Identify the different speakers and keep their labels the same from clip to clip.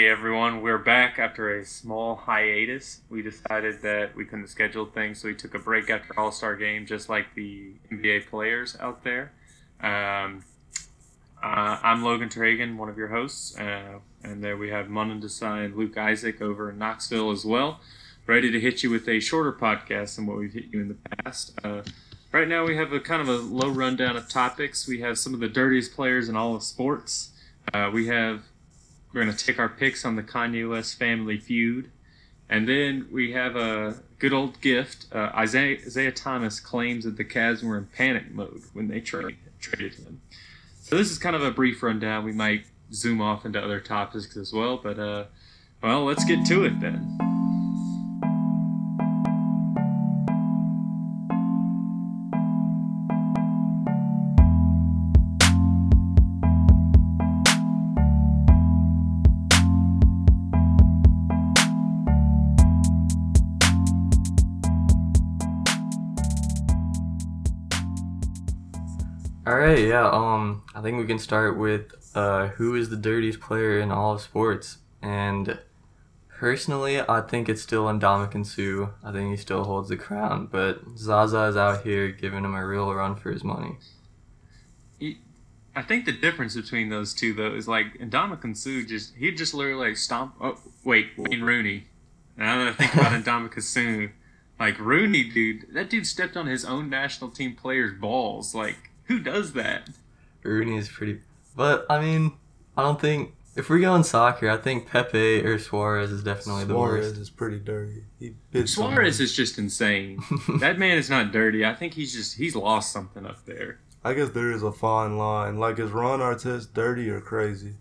Speaker 1: everyone. We're back after a small hiatus. We decided that we couldn't schedule things, so we took a break after All Star Game, just like the NBA players out there. Um, uh, I'm Logan Tragan, one of your hosts, uh, and there we have Munan Desai and Luke Isaac over in Knoxville as well, ready to hit you with a shorter podcast than what we've hit you in the past. Uh, right now, we have a kind of a low rundown of topics. We have some of the dirtiest players in all of sports. Uh, we have we're gonna take our picks on the Kanye West family feud, and then we have a good old gift. Uh, Isaiah, Isaiah Thomas claims that the Cavs were in panic mode when they trade, traded him. So this is kind of a brief rundown. We might zoom off into other topics as well, but uh, well, let's get to it then.
Speaker 2: All right, yeah. Um, I think we can start with uh, who is the dirtiest player in all of sports? And personally, I think it's still Ndamukong Sue. I think he still holds the crown, but Zaza is out here giving him a real run for his money.
Speaker 1: I think the difference between those two though is like Indomitian Sue just he just literally like stomp. Oh wait, Wayne Rooney. Now that I think about Indomitian Sue, like Rooney, dude, that dude stepped on his own national team player's balls. Like who does that?
Speaker 2: Rooney is pretty, but I mean, I don't think if we go in soccer, I think Pepe or Suarez is definitely the
Speaker 3: Suarez
Speaker 2: worst.
Speaker 3: is pretty dirty. He bit
Speaker 1: Suarez is just insane. that man is not dirty. I think he's just he's lost something up there.
Speaker 3: I guess there is a fine line. Like is Ron Artest dirty or crazy?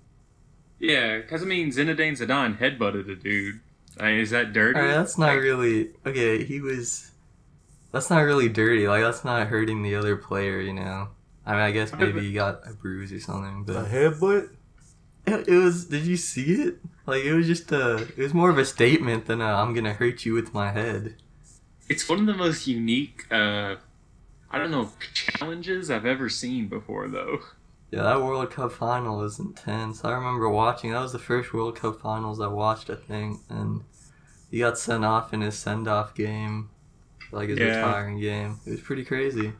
Speaker 1: Yeah, because I mean Zinedine Zidane headbutted a dude. I mean, is that dirty?
Speaker 2: All right, that's not
Speaker 1: Like,
Speaker 2: really okay. He was. That's not really dirty. Like that's not hurting the other player. You know. I mean, I guess maybe he got a bruise or something,
Speaker 3: A
Speaker 2: but
Speaker 3: headbutt?
Speaker 2: it, it was. Did you see it? Like it was just a. It was more of a statement than a, I'm gonna hurt you with my head.
Speaker 1: it's one of the most unique uh i don't know challenges i've ever seen before though
Speaker 2: Yeah, that World Cup final was intense. I remember watching. That was the first World Cup finals I watched, I think, and he got sent off in his send off game, like his
Speaker 1: Yeah.
Speaker 2: retiring game. It was pretty crazy.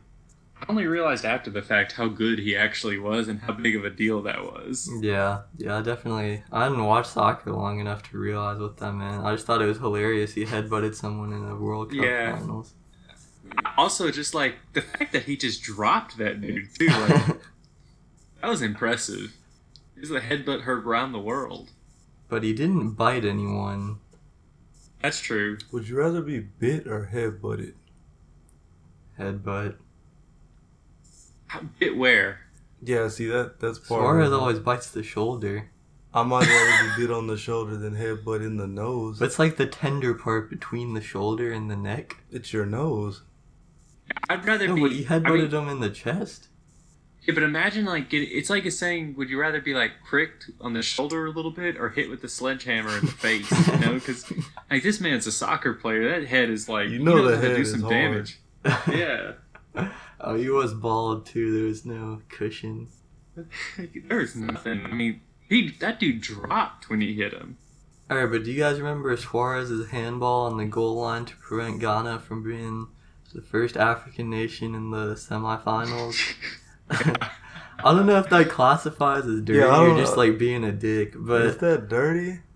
Speaker 1: i only realized after the fact how good he actually was and how big of a deal that was
Speaker 2: Yeah, yeah, I definitely. I didn't watch soccer long enough to realize what that meant. I just thought it was hilarious. He headbutted someone in the World Cup
Speaker 1: Yeah.
Speaker 2: finals.
Speaker 1: also just like the fact that he just dropped that dude too like, that was impressive he's a headbutt heard around the world
Speaker 2: but he didn't bite anyone.
Speaker 1: that's true
Speaker 3: Would you rather be bit or headbutted?
Speaker 2: Headbutt.
Speaker 1: How- bit where
Speaker 3: Yeah, see that that's part.
Speaker 2: Suarez
Speaker 3: of it.
Speaker 2: always bites the shoulder.
Speaker 3: I might rather be bit on the shoulder than headbutt in the nose.
Speaker 2: But it's like the tender part between the shoulder and the neck.
Speaker 3: it's your nose.
Speaker 1: i'd rather
Speaker 2: No,
Speaker 1: be
Speaker 2: but he
Speaker 1: I
Speaker 2: headbutted
Speaker 1: mean,
Speaker 2: him in the chest.
Speaker 1: Yeah, but imagine like get, it's like it's saying, would you rather be like pricked on the shoulder a little bit or hit with a sledgehammer in the face? You know, because like this man's a soccer player. That head is like
Speaker 3: You
Speaker 1: you
Speaker 3: know
Speaker 1: know,
Speaker 3: the
Speaker 1: how to
Speaker 3: head
Speaker 1: do
Speaker 3: is
Speaker 1: some
Speaker 3: hard.
Speaker 1: damage. Yeah,
Speaker 2: Oh, he was bald too. There was no cushion.
Speaker 1: there's nothing. I mean, he that dude dropped when he hit him.
Speaker 2: All right, but do you guys remember Suarez's handball on the goal line to prevent Ghana from being the first African nation in the semifinals? I don't know if that classifies as dirty
Speaker 3: Yeah, I
Speaker 2: or
Speaker 3: don't
Speaker 2: just
Speaker 3: know.
Speaker 2: like being a dick,
Speaker 3: is
Speaker 2: but
Speaker 3: that dirty?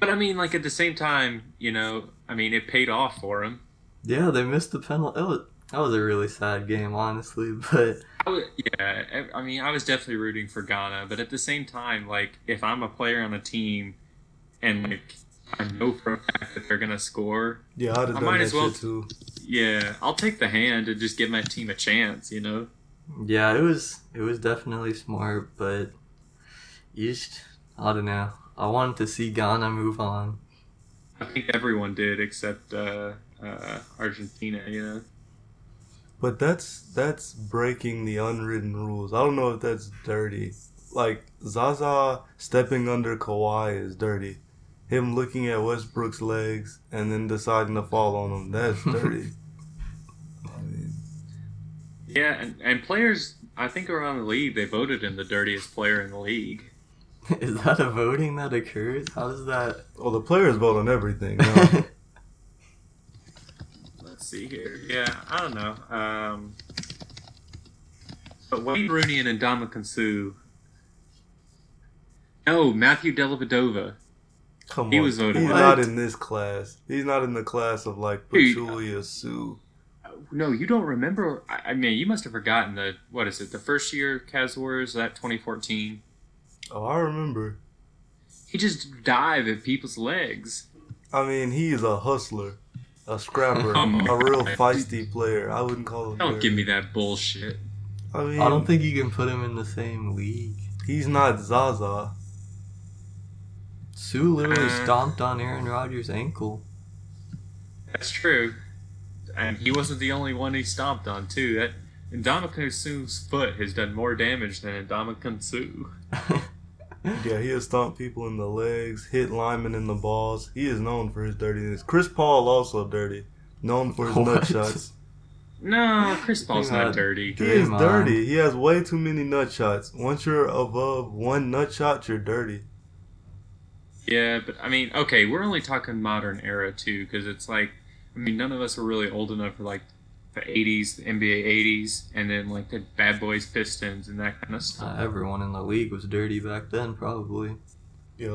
Speaker 1: But I mean, like at the same time, you know, I mean, it paid off for him.
Speaker 2: yeah, they missed the penalty. It was, that was a really sad game, honestly. But
Speaker 1: I wa- yeah, I- I mean, I was definitely rooting for Ghana, but at the same time, like, if I'm a player on a team and like I know for a fact that they're gonna score,
Speaker 3: Yeah, I'd have
Speaker 1: I
Speaker 3: done
Speaker 1: might
Speaker 3: that
Speaker 1: as well-
Speaker 3: shit too.
Speaker 1: yeah, I'll take the hand and just give my team a chance, you know.
Speaker 2: yeah, it was it was definitely smart, but you just I don't know. I wanted to see Ghana move on.
Speaker 1: I think everyone did except uh, uh, Argentina, you know.
Speaker 3: But that's that's breaking the unwritten rules. I don't know if that's dirty. Like Zaza stepping under Kawhi is dirty. Him looking at Westbrook's legs and then deciding to fall on him, that's dirty. I mean,
Speaker 1: Yeah, and, and players, I think around the league, they voted him the dirtiest player in the league.
Speaker 2: Is that a voting that occurs? How does that?
Speaker 3: Well, the players vote on everything. no.
Speaker 1: Let's see here. Yeah, I don't know. Um, but Wayne Rooney and Ndamukong Suh. No, Matthew Dellavedova.
Speaker 3: Come
Speaker 1: He
Speaker 3: on,
Speaker 1: was voted
Speaker 3: he's
Speaker 1: out.
Speaker 3: not in this class. He's not in the class of like
Speaker 1: Dude.
Speaker 3: Pachulia Sue.
Speaker 1: No, you don't remember. I, I mean, you must have forgotten the what is it? The first year Cavs Warriors that 2014.
Speaker 3: Oh, I remember.
Speaker 1: He just dive at people's legs.
Speaker 3: I mean, he is a hustler, a scrapper,
Speaker 1: Come on.
Speaker 3: a real feisty player. I wouldn't call him.
Speaker 1: Don't
Speaker 3: dirty.
Speaker 1: give me that bullshit.
Speaker 3: I mean,
Speaker 2: I don't think you can put him in the same league.
Speaker 3: he's not Zaza.
Speaker 2: Sue literally
Speaker 1: Uh.
Speaker 2: stomped on Aaron Rodgers' ankle.
Speaker 1: That's true. And he wasn't the only one he stomped on too. That Ndamukong Suh's foot has done more damage than Ndamukong Suh.
Speaker 3: Yeah, he has stomped people in the legs, hit linemen in the balls. He is known for his dirtiness. Chris Paul also dirty, known for his
Speaker 2: What?
Speaker 3: nut shots.
Speaker 1: No, Chris Paul's
Speaker 2: Yeah.
Speaker 1: not dirty.
Speaker 3: He is
Speaker 2: Draymond.
Speaker 3: dirty. He has way too many nut shots. Once you're above one nut shot, you're dirty.
Speaker 1: Yeah, but I mean, okay, we're only talking modern era too, because it's like, I mean, none of us are really old enough for like the '80s, the NBA '80s, and then like the Bad Boys, Pistons, and that kind of stuff.
Speaker 2: Uh, everyone in the league was dirty back then, probably.
Speaker 3: Yeah,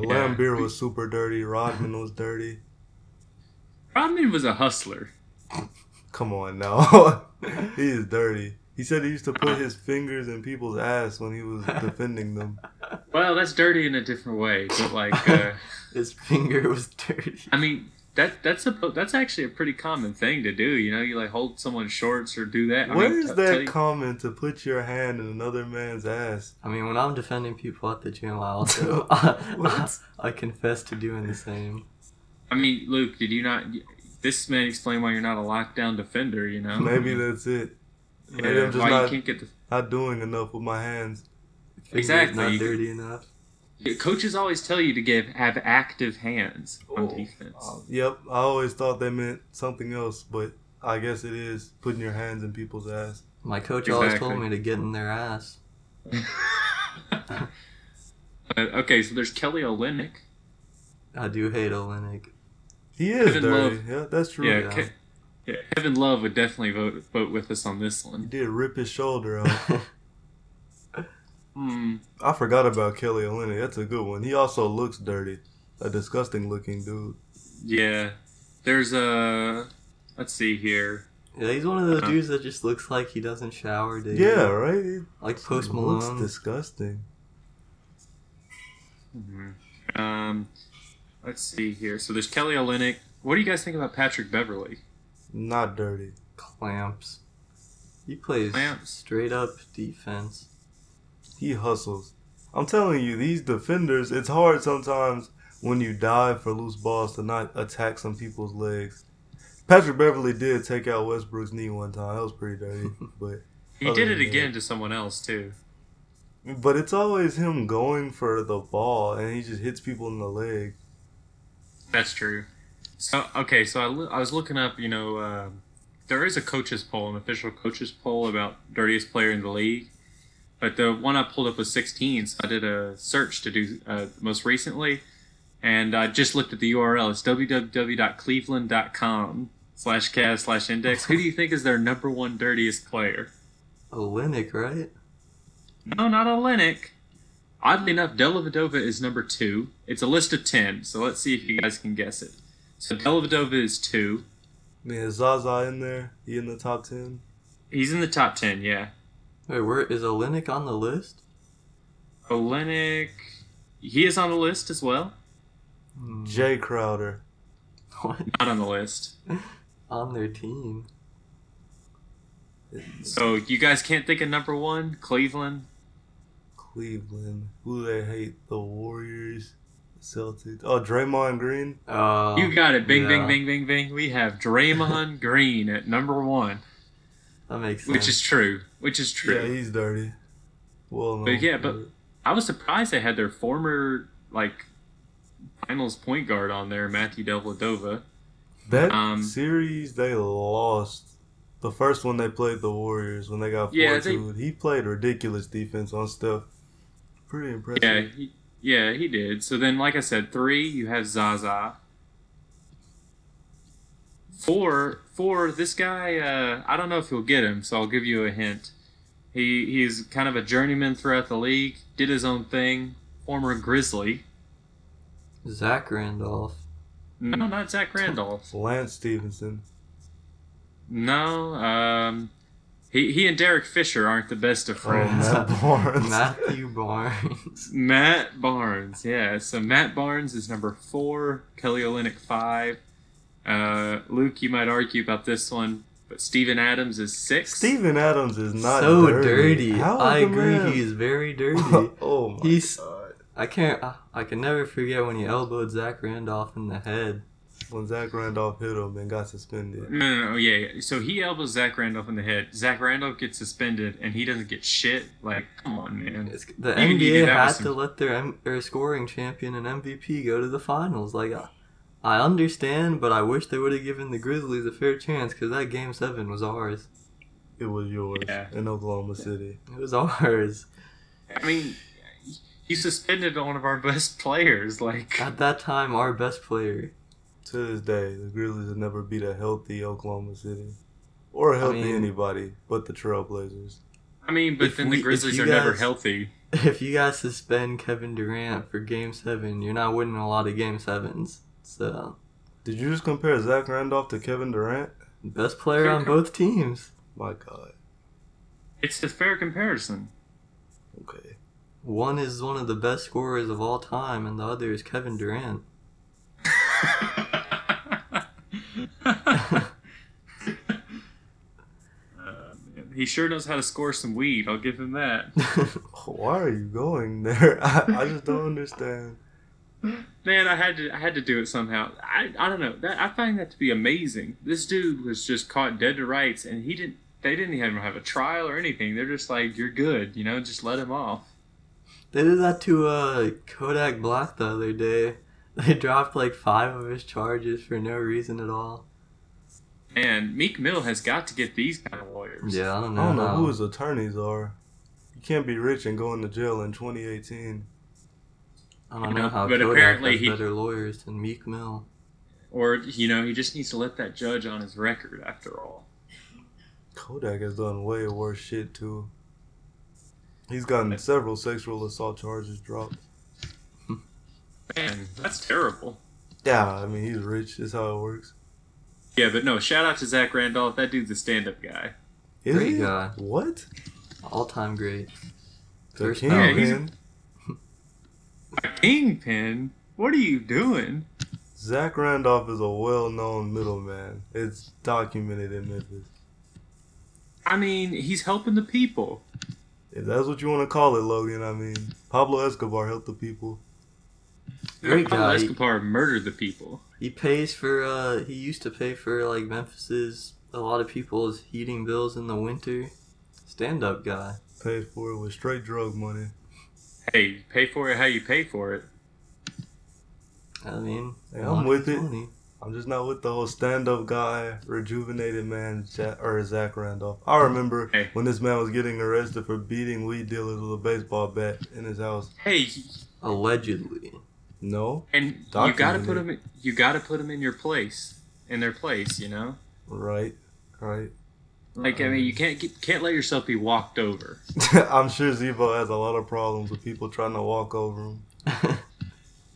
Speaker 1: Yeah.
Speaker 3: Lambeer was super dirty. Rodman was dirty.
Speaker 1: Rodman was a hustler.
Speaker 3: Come on now. he is dirty. He said he used to put his fingers in people's ass when he was defending them.
Speaker 1: Well, that's dirty in a different way, but like, uh,
Speaker 2: His finger was dirty.
Speaker 1: I mean, that that's a that's actually a pretty common thing to do. You know, you like hold someone's shorts or do that. I
Speaker 3: Where
Speaker 1: mean,
Speaker 3: is
Speaker 1: t-
Speaker 3: that
Speaker 1: tell you-
Speaker 3: common to put your hand in another man's ass?
Speaker 2: I mean, when I'm defending people at the gym, I also
Speaker 3: What?
Speaker 2: I confess to doing the same.
Speaker 1: I mean, Luke, did you not? This man explain why you're not a lockdown defender. You know,
Speaker 3: Maybe that's it.
Speaker 1: Yeah,
Speaker 3: Maybe I'm just
Speaker 1: why you
Speaker 3: not,
Speaker 1: can't get the
Speaker 3: not doing enough with my hands.
Speaker 2: Finger's
Speaker 1: Exactly.
Speaker 2: Not dirty enough.
Speaker 1: Yeah, Coaches always tell you to give have active hands on
Speaker 3: Oh.
Speaker 1: defense.
Speaker 3: Yep, I always thought they meant something else, but I guess it is putting your hands in people's ass.
Speaker 2: My coach always told
Speaker 1: Exactly.
Speaker 2: me to get in their ass.
Speaker 3: Oh.
Speaker 1: Uh, okay, so there's Kelly Olynyk.
Speaker 2: I do hate Olenek.
Speaker 3: He is
Speaker 1: Kevin
Speaker 3: dirty. Yeah, that's true.
Speaker 1: Yeah,
Speaker 2: yeah.
Speaker 1: Ke- yeah, Kevin Love would definitely vote vote with us on this
Speaker 3: He
Speaker 1: one.
Speaker 3: did rip his shoulder out.
Speaker 1: Hmm.
Speaker 3: I forgot about Kelly Olynyk. That's a good one. He also looks dirty. A disgusting looking dude.
Speaker 1: yeah, there's a. Let's see here.
Speaker 2: Yeah, he's one of those
Speaker 1: Uh-huh.
Speaker 2: dudes that just looks like he doesn't shower, dude.
Speaker 3: Yeah, right? He
Speaker 2: Like Post
Speaker 3: looks
Speaker 2: Malone.
Speaker 3: disgusting.
Speaker 1: Mhm. Um, let's see here. So there's Kelly Olynyk. What do you guys think about Patrick Beverly?
Speaker 3: Not dirty.
Speaker 2: Clamps. He plays
Speaker 1: Clamps.
Speaker 2: straight up defense.
Speaker 3: He hustles. I'm telling you, these defenders, it's hard sometimes when you dive for loose balls to not attack some people's legs. Patrick Beverly did take out Westbrook's knee one time. That was pretty dirty. but
Speaker 1: Oh, He
Speaker 3: Other
Speaker 1: did
Speaker 3: than
Speaker 1: it
Speaker 3: that.
Speaker 1: again to someone else too.
Speaker 3: but it's always him going for the ball and he just hits people in the leg.
Speaker 1: That's true. So okay, so I, loo- I was looking up. You know, um, there is a coaches poll, an official coaches poll about dirtiest player in the league, but the one I pulled up was 16. So I did a search to do uh, most recently, and I just looked at the URL. It's www.cleveland.com slash cast slash index. Who do you think is their number one dirtiest player?
Speaker 2: Olenek, right?
Speaker 1: No, not Olenek. Oddly enough, Delavadova is number two. It's a list of ten, so let's see if you guys can guess it. So Delavadova is two.
Speaker 3: Man, is Zaza in there? He in the top ten?
Speaker 1: He's in the top ten, yeah.
Speaker 2: Wait, where is Olenek on the list?
Speaker 1: Olenek, he is on the list as well.
Speaker 2: Hmm,
Speaker 3: Jay Crowder.
Speaker 2: What?
Speaker 1: Not on the list.
Speaker 2: On their team.
Speaker 1: So you guys can't think of number one, Cleveland.
Speaker 3: Cleveland. Who do they hate? The Warriors, Celtics. Oh, Draymond Green.
Speaker 2: Uh,
Speaker 1: you got it. Bing,
Speaker 2: yeah,
Speaker 1: bing, bing, bing, bing. We have Draymond Green at number one,
Speaker 2: That makes sense.
Speaker 1: which is true. Which is
Speaker 3: Yeah,
Speaker 1: true.
Speaker 3: he's dirty. Well, known
Speaker 1: But yeah,
Speaker 3: for
Speaker 1: but-
Speaker 3: it.
Speaker 1: I was surprised they had their former like finals point guard on there, Matthew Dellavedova.
Speaker 3: that
Speaker 1: um,
Speaker 3: series they lost. The first one they played the Warriors when they got four
Speaker 1: Yeah, they-
Speaker 3: two. He played ridiculous defense on Steph. Pretty impressive.
Speaker 1: Yeah, he, Yeah, he did. So then, like I said, three you have Zaza. Four, four. This guy, uh, I don't know if you'll get him, so I'll give you a hint. He he's kind of a journeyman throughout the league. Did his own thing. Former Grizzly.
Speaker 2: Zach Randolph.
Speaker 1: No, not Zach Randolph.
Speaker 3: Lance Stevenson.
Speaker 1: No, um, he he and Derek Fisher aren't the best of
Speaker 3: Oh,
Speaker 1: friends.
Speaker 3: Matt Barnes.
Speaker 2: Matthew Barnes.
Speaker 1: Matt Barnes, yeah. So Matt Barnes is number four, Kelly Olynyk five. Uh, Luke, you might argue about this one, but Steven Adams is six.
Speaker 3: Steven Adams is not
Speaker 2: so
Speaker 3: dirty.
Speaker 2: dirty.
Speaker 3: How is
Speaker 2: I
Speaker 3: the
Speaker 2: agree.
Speaker 3: man-
Speaker 2: He is very dirty.
Speaker 3: oh my
Speaker 2: He's-
Speaker 3: god.
Speaker 2: I can't. I, I can never forget when he elbowed Zach Randolph in the head.
Speaker 3: When Zach Randolph hit him and got suspended.
Speaker 1: No, no, no, yeah, yeah. So he elbows Zach Randolph in the head. Zach Randolph gets suspended, and he doesn't get shit. Like, come on, man.
Speaker 2: It's, the
Speaker 1: can do that
Speaker 2: NBA
Speaker 1: with
Speaker 2: has
Speaker 1: some-
Speaker 2: to let their, M, their scoring champion and MVP go to the finals. Like, I, I understand, but I wish they would have given the Grizzlies a fair chance because that game seven was ours.
Speaker 3: It was yours
Speaker 1: Yeah.
Speaker 3: in Oklahoma City.
Speaker 2: It was ours.
Speaker 1: I mean, he suspended one of our best players. Like,
Speaker 2: At that time, our best player.
Speaker 3: To this day, the Grizzlies have never beat a healthy Oklahoma City. Or a healthy
Speaker 2: mean-
Speaker 3: anybody but the Trailblazers.
Speaker 1: I mean, but
Speaker 2: If
Speaker 1: then
Speaker 2: we-
Speaker 1: the
Speaker 2: if
Speaker 1: Grizzlies
Speaker 2: you
Speaker 1: are never
Speaker 2: guys-
Speaker 1: healthy.
Speaker 2: If you guys suspend Kevin Durant for game seven, you're not winning a lot of game sevens. So,
Speaker 3: Did you just compare Zach Randolph to Kevin Durant?
Speaker 2: best player on both teams.
Speaker 3: My God.
Speaker 1: It's a fair comparison.
Speaker 3: Okay.
Speaker 2: One is one of the best scorers of all time, and the other is Kevin Durant.
Speaker 1: Uh, He sure knows how to score some weed. I'll give him that.
Speaker 3: Why are you going there? I, I just don't understand.
Speaker 1: Man, I had to I had to do it somehow. I, I don't know. That I find that to be amazing. This dude was just caught dead to rights, and he didn't. They didn't even have a trial or anything. They're just like, you're good, you know. Just let him off.
Speaker 2: They did that to uh, Kodak Black the other day. They dropped like five of his charges for no reason at all.
Speaker 1: And Meek Mill has got to get these kind of lawyers.
Speaker 2: Yeah, I don't know.
Speaker 3: I don't know
Speaker 2: how-
Speaker 3: who his attorneys are. You can't be rich and go into jail in 2018.
Speaker 2: I don't know how
Speaker 1: But
Speaker 2: Kodak
Speaker 1: apparently
Speaker 2: has
Speaker 1: he-
Speaker 2: better lawyers than Meek Mill.
Speaker 1: Or you know, he just needs to let that judge on his record. After all,
Speaker 3: Kodak has done way worse shit too. He's gotten several sexual assault charges dropped.
Speaker 1: man, that's terrible.
Speaker 3: Yeah, I mean he's rich. That's how it works.
Speaker 1: Yeah, but no. Shout out to Zach Randolph. That dude's a stand-up guy.
Speaker 3: Is
Speaker 2: Great
Speaker 3: he?
Speaker 2: guy.
Speaker 3: What?
Speaker 2: All time great.
Speaker 3: The
Speaker 2: First
Speaker 3: king,
Speaker 2: ballot.
Speaker 1: Yeah, he's-
Speaker 3: man.
Speaker 1: Kingpin, what are you doing?
Speaker 3: Zach Randolph is a well-known middleman. It's documented in Memphis.
Speaker 1: I mean, he's helping the people.
Speaker 3: If that's what you want to call it, Logan. I mean, Pablo Escobar helped the people.
Speaker 2: Great
Speaker 1: Pablo
Speaker 2: guy.
Speaker 1: Escobar murdered the people.
Speaker 2: He pays for uh he used to pay for like Memphis's a lot of people's heating bills in the winter. Stand up guy.
Speaker 3: Paid for it with straight drug money.
Speaker 1: Hey, you pay for it how you pay for it.
Speaker 2: I mean
Speaker 3: Hey,
Speaker 2: a
Speaker 3: I'm
Speaker 2: lot of
Speaker 3: with
Speaker 2: his
Speaker 3: it.
Speaker 2: money.
Speaker 3: I'm just not with the whole stand-up guy, rejuvenated man, Ja- or Zach Randolph. I remember
Speaker 1: Hey.
Speaker 3: when this man was getting arrested for beating weed dealers with a baseball bat in his house.
Speaker 1: Hey,
Speaker 2: Allegedly.
Speaker 3: No,
Speaker 1: and you
Speaker 3: Documented.
Speaker 1: gotta put them. You gotta put them in your place, in their place. You know,
Speaker 3: right, right.
Speaker 1: like I mean, you can't get, can't let yourself be walked over.
Speaker 3: I'm sure Zebo has a lot of problems with people trying to walk over him.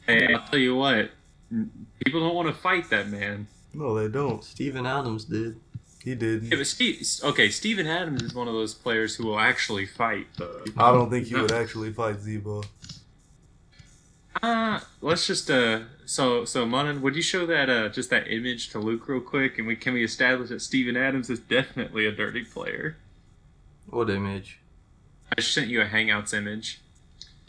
Speaker 1: Hey, I'll tell you what, n- people don't want to fight that man.
Speaker 3: No, they don't.
Speaker 2: Steven Adams did.
Speaker 3: He
Speaker 1: Yeah,
Speaker 3: didn't.
Speaker 1: but Steve, okay, Steven Adams is one of those players who will actually fight. Though.
Speaker 3: I don't think he would actually fight Zebo.
Speaker 1: Uh, let's just uh. So so Monon, would you show that uh just that image to Luke real quick, and we can we establish that Steven Adams is definitely a dirty player?
Speaker 2: What image?
Speaker 1: I sent you a Hangouts image.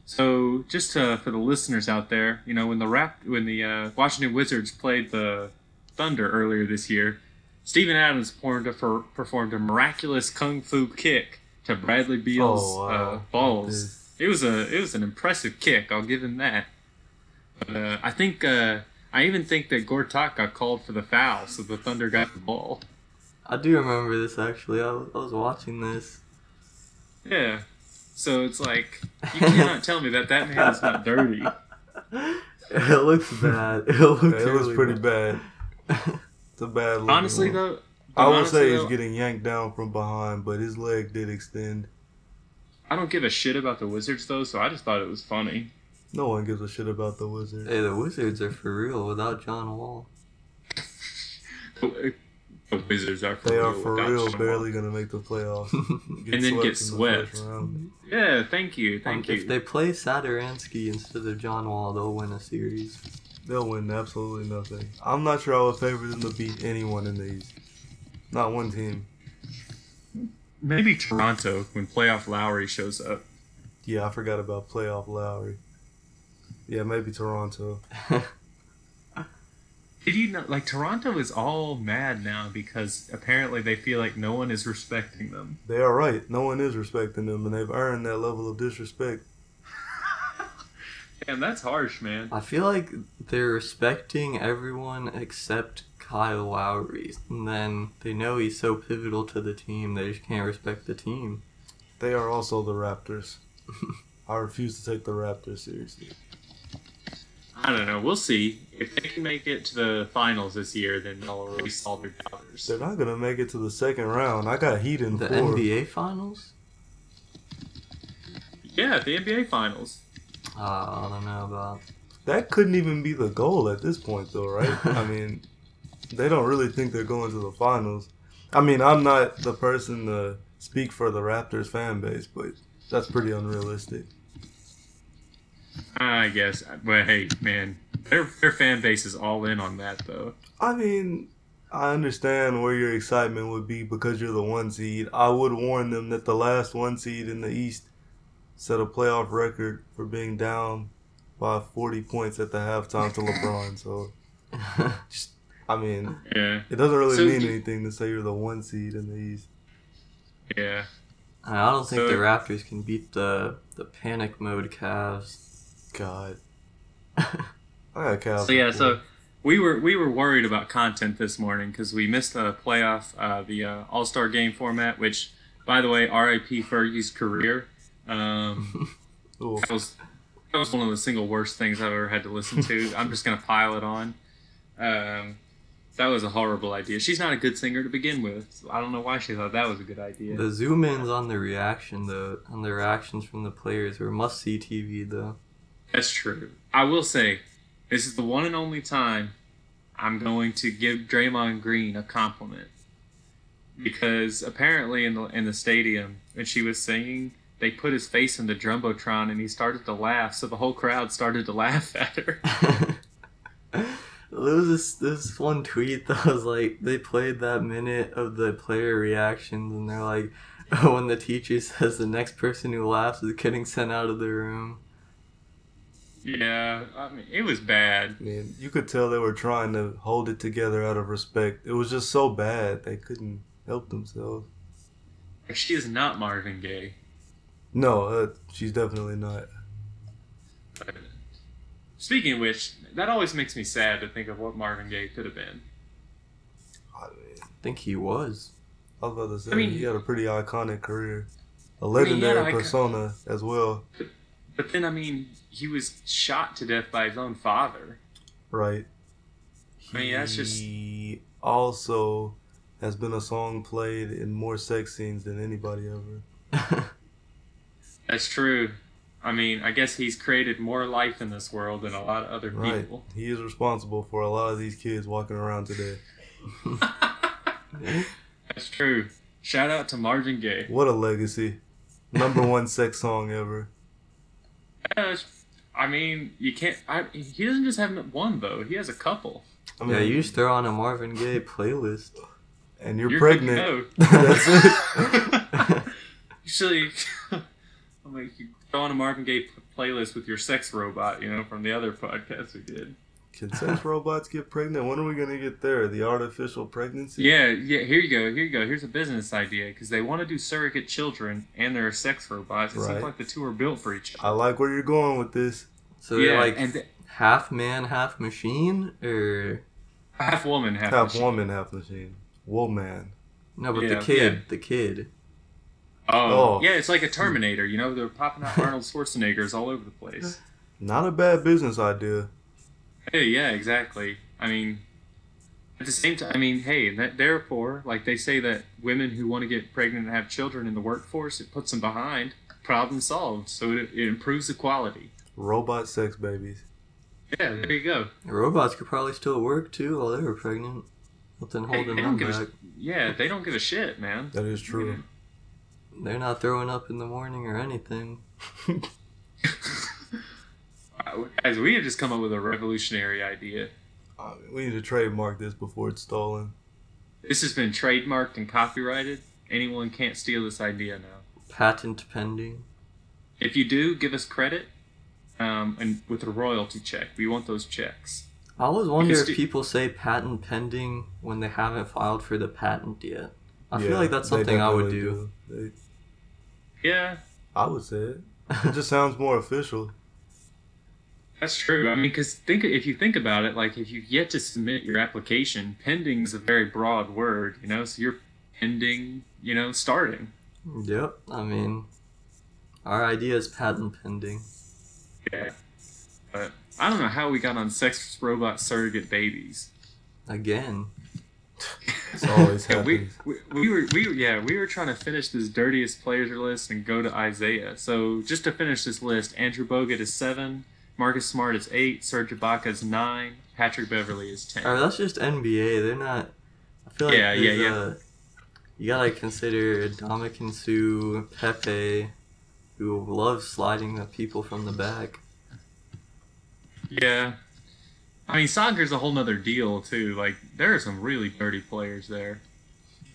Speaker 1: So just uh, for the listeners out there, you know when the rap when the uh, Washington Wizards played the Thunder earlier this year, Steven Adams performed a, for, performed a miraculous kung fu kick to Bradley Beal's
Speaker 3: Oh,
Speaker 1: uh,
Speaker 3: wow.
Speaker 1: balls. It was a it was an impressive kick. I'll give him that. But uh, I think uh, I even think that Gortat got called for the foul, so the Thunder got the ball.
Speaker 2: I do remember this actually. I, I was watching this.
Speaker 1: Yeah. So it's like you cannot tell me that that man's not dirty.
Speaker 2: It looks bad. It looks
Speaker 3: Yeah, it was pretty bad. It's a bad look.
Speaker 1: Honestly though,
Speaker 3: I would
Speaker 1: honestly,
Speaker 3: say
Speaker 1: though,
Speaker 3: he's getting yanked down from behind, but his leg did extend.
Speaker 1: I don't give a shit about the Wizards though, so I just thought it was funny.
Speaker 3: No one gives a shit about the Wizards.
Speaker 2: Hey, the Wizards are for real without John Wall.
Speaker 1: The Wizards are for
Speaker 3: They
Speaker 1: real.
Speaker 3: are for
Speaker 1: without
Speaker 3: real
Speaker 1: John Wall.
Speaker 3: barely gonna make the playoffs.
Speaker 1: And then get
Speaker 3: in the first
Speaker 1: swept.
Speaker 3: round.
Speaker 1: Yeah, thank you, thank
Speaker 2: if
Speaker 1: you.
Speaker 2: they play Sadaransky instead of John Wall, they'll win a series.
Speaker 3: They'll win absolutely nothing. I'm not sure I would favor them to beat anyone in these. Not one team.
Speaker 1: Maybe Toronto when playoff Lowry shows up.
Speaker 3: Yeah, I forgot about playoff Lowry. Yeah, maybe Toronto.
Speaker 1: Did you know? Like Toronto is all mad now because apparently they feel like no one is respecting them.
Speaker 3: They are right. No one is respecting them, and they've earned that level of disrespect.
Speaker 1: Damn, that's harsh, man.
Speaker 2: I feel like they're respecting everyone except Kyle Lowry. And then they know he's so pivotal to the team, they just can't respect the team.
Speaker 3: They are also the Raptors. I refuse to take the Raptors seriously.
Speaker 1: I don't know. We'll see if they can make it to the finals this year. Then they'll erase all their doubters.
Speaker 3: They're not gonna make it to the second round. I got Heat in
Speaker 2: The
Speaker 3: four.
Speaker 2: NBA Finals?
Speaker 1: Yeah, the NBA finals.
Speaker 2: Uh, I don't know about.
Speaker 3: That couldn't even be the goal at this point, though, right? I mean, they don't really think they're going to the finals. I mean, I'm not the person to speak for the Raptors fan base, but that's pretty unrealistic.
Speaker 1: I guess. But hey, man, their their fan base is all in on that though.
Speaker 3: I mean, I understand where your excitement would be because you're the one seed. I would warn them that the last one seed in the East set a playoff record for being down by 40 points at the halftime to LeBron. So, just, I mean,
Speaker 1: Yeah,
Speaker 3: it doesn't really
Speaker 1: So
Speaker 3: mean
Speaker 1: you-
Speaker 3: anything to say you're the one seed in the East.
Speaker 1: yeah.
Speaker 2: I don't think
Speaker 1: So-
Speaker 2: the Raptors can beat the, the panic mode Cavs.
Speaker 3: God. I got Cavs.
Speaker 1: So yeah,
Speaker 3: in four.
Speaker 1: so we were we were worried about content this morning because we missed the playoff, uh, the uh, All Star Game format. Which, by the way, R.I.P. Fergie's career. Um,
Speaker 3: Ooh,
Speaker 1: that was that was one of the single worst things I've ever had to listen to. I'm just gonna pile it on. Um, that was a horrible idea. She's not a good singer to begin with. So I don't know why she thought that was a good idea.
Speaker 2: The zoom ins on the reaction, though, on the reactions from the players were must see TV, though.
Speaker 1: That's true. I will say, this is the one and only time I'm going to give Draymond Green a compliment because apparently in the in the stadium when she was singing, they put his face in the jumbotron and he started to laugh, so the whole crowd started to laugh at her.
Speaker 2: there was this, this one tweet that was like they played that minute of the player reactions and they're like oh, when the teacher says the next person who laughs is getting sent out of the room
Speaker 1: Yeah, I mean it was bad.
Speaker 3: man, you could tell they were trying to hold it together out of respect. It was just so bad they couldn't help themselves.
Speaker 1: Like, She is not Marvin Gaye.
Speaker 3: No, uh, she's definitely not.
Speaker 1: Speaking of which, that always makes me sad to think of what Marvin Gaye could have been.
Speaker 3: I mean,
Speaker 2: i think he was
Speaker 3: I was about to say
Speaker 1: I mean-
Speaker 3: he had a pretty iconic career, a
Speaker 1: mean, he had
Speaker 3: legendary
Speaker 1: icon-
Speaker 3: persona as well.
Speaker 1: But then I mean, he was shot to death by his own father.
Speaker 3: Right.
Speaker 1: I mean, that's just-
Speaker 3: He also has been a song played in more sex scenes than anybody ever.
Speaker 1: That's true. I mean, I guess he's created more life in this world than a lot of other
Speaker 3: Right.
Speaker 1: people.
Speaker 3: He is responsible for a lot of these kids walking around today.
Speaker 1: That's true. Shout out to Marvin Gaye.
Speaker 3: What a legacy. Number one sex song ever.
Speaker 1: Yeah, Uh, I mean, you can't. I, he doesn't just have one though. He has a couple.
Speaker 3: I
Speaker 2: yeah you just throw on a marvin gaye playlist
Speaker 3: and you're,
Speaker 1: You're good to
Speaker 3: pregnant.
Speaker 1: know.
Speaker 3: That's it.
Speaker 1: Actually, I'm like you go on a Marvin Gaye p- playlist with your sex robot, you know, from the other podcast we did.
Speaker 3: Can sex robots get pregnant? When are we gonna get there? The artificial pregnancy?
Speaker 1: Yeah, yeah. Here you go. Here you go. Here's a business idea because they want to do surrogate children and there are sex robots. It
Speaker 3: Right. Uh,
Speaker 1: seems like the two are built for each other.
Speaker 3: I like where you're going with this.
Speaker 2: so
Speaker 1: yeah,
Speaker 2: they're like
Speaker 1: and th-
Speaker 2: half man half machine or
Speaker 1: half woman, half,
Speaker 3: Half
Speaker 1: machine.
Speaker 3: woman, half machine. Woman.
Speaker 2: no but
Speaker 1: Yeah,
Speaker 2: the kid
Speaker 1: yeah.
Speaker 2: the kid
Speaker 1: Oh,
Speaker 3: Oh.
Speaker 1: yeah, it's like a Terminator. You know, they're popping out Arnold Schwarzeneggers all over the place.
Speaker 3: Not a bad business idea.
Speaker 1: Hey, yeah, exactly. I mean, at the same time, I mean, hey, and that, therefore, like they say that women who want to get pregnant and have children in the workforce, it puts them behind. Problem solved. So it, it improves equality.
Speaker 3: Robot sex babies.
Speaker 1: Yeah, there you go.
Speaker 2: Robots could probably still work too while they were pregnant. Nothing
Speaker 1: Hey,
Speaker 2: holding
Speaker 1: they don't
Speaker 2: them
Speaker 1: give a,
Speaker 2: back.
Speaker 1: sh- yeah, they don't give a shit, man.
Speaker 3: That is true.
Speaker 2: They're not throwing up in the morning or anything.
Speaker 1: As we have just come up with a revolutionary idea.
Speaker 3: Uh, we need to trademark this before it's stolen.
Speaker 1: This has been trademarked and copyrighted. Anyone can't steal this idea now.
Speaker 2: Patent pending.
Speaker 1: If you do, give us credit, um, and with a royalty check. We want those checks.
Speaker 2: I always wonder if
Speaker 1: Because do-
Speaker 2: people say patent pending when they haven't filed for the patent yet. I
Speaker 3: Yeah,
Speaker 2: feel like that's
Speaker 3: they
Speaker 2: something I would
Speaker 3: definitely
Speaker 2: do.
Speaker 3: do. They-
Speaker 1: Yeah,
Speaker 3: I would say it. It just sounds more official.
Speaker 1: that's true. I mean, because think if you think about it, like if you've yet to submit your application, pending is a very broad word, you know. So you're pending, you know, starting.
Speaker 2: yep. I mean, our idea is patent pending.
Speaker 1: Yeah. But I don't know how we got on sex robot surrogate babies.
Speaker 2: Again.
Speaker 3: It's always
Speaker 1: Yeah, we,
Speaker 3: happens.
Speaker 1: we, we were we were- yeah we were trying to finish this dirtiest players list and go to Isaiah. So just to finish this list, Andrew Bogut is seven, Marcus Smart is eight, Serge Ibaka is nine, Patrick Beverly is ten.
Speaker 3: Uh,
Speaker 2: Or that's just NBA. They're not. I feel like
Speaker 1: Yeah, yeah,
Speaker 2: there's,
Speaker 1: yeah.
Speaker 2: uh, you gotta consider Dominican Sue, Pepe, who loves sliding the people from the back.
Speaker 1: Yeah, I mean soccer's a whole nother deal too. Like there are some really dirty players there.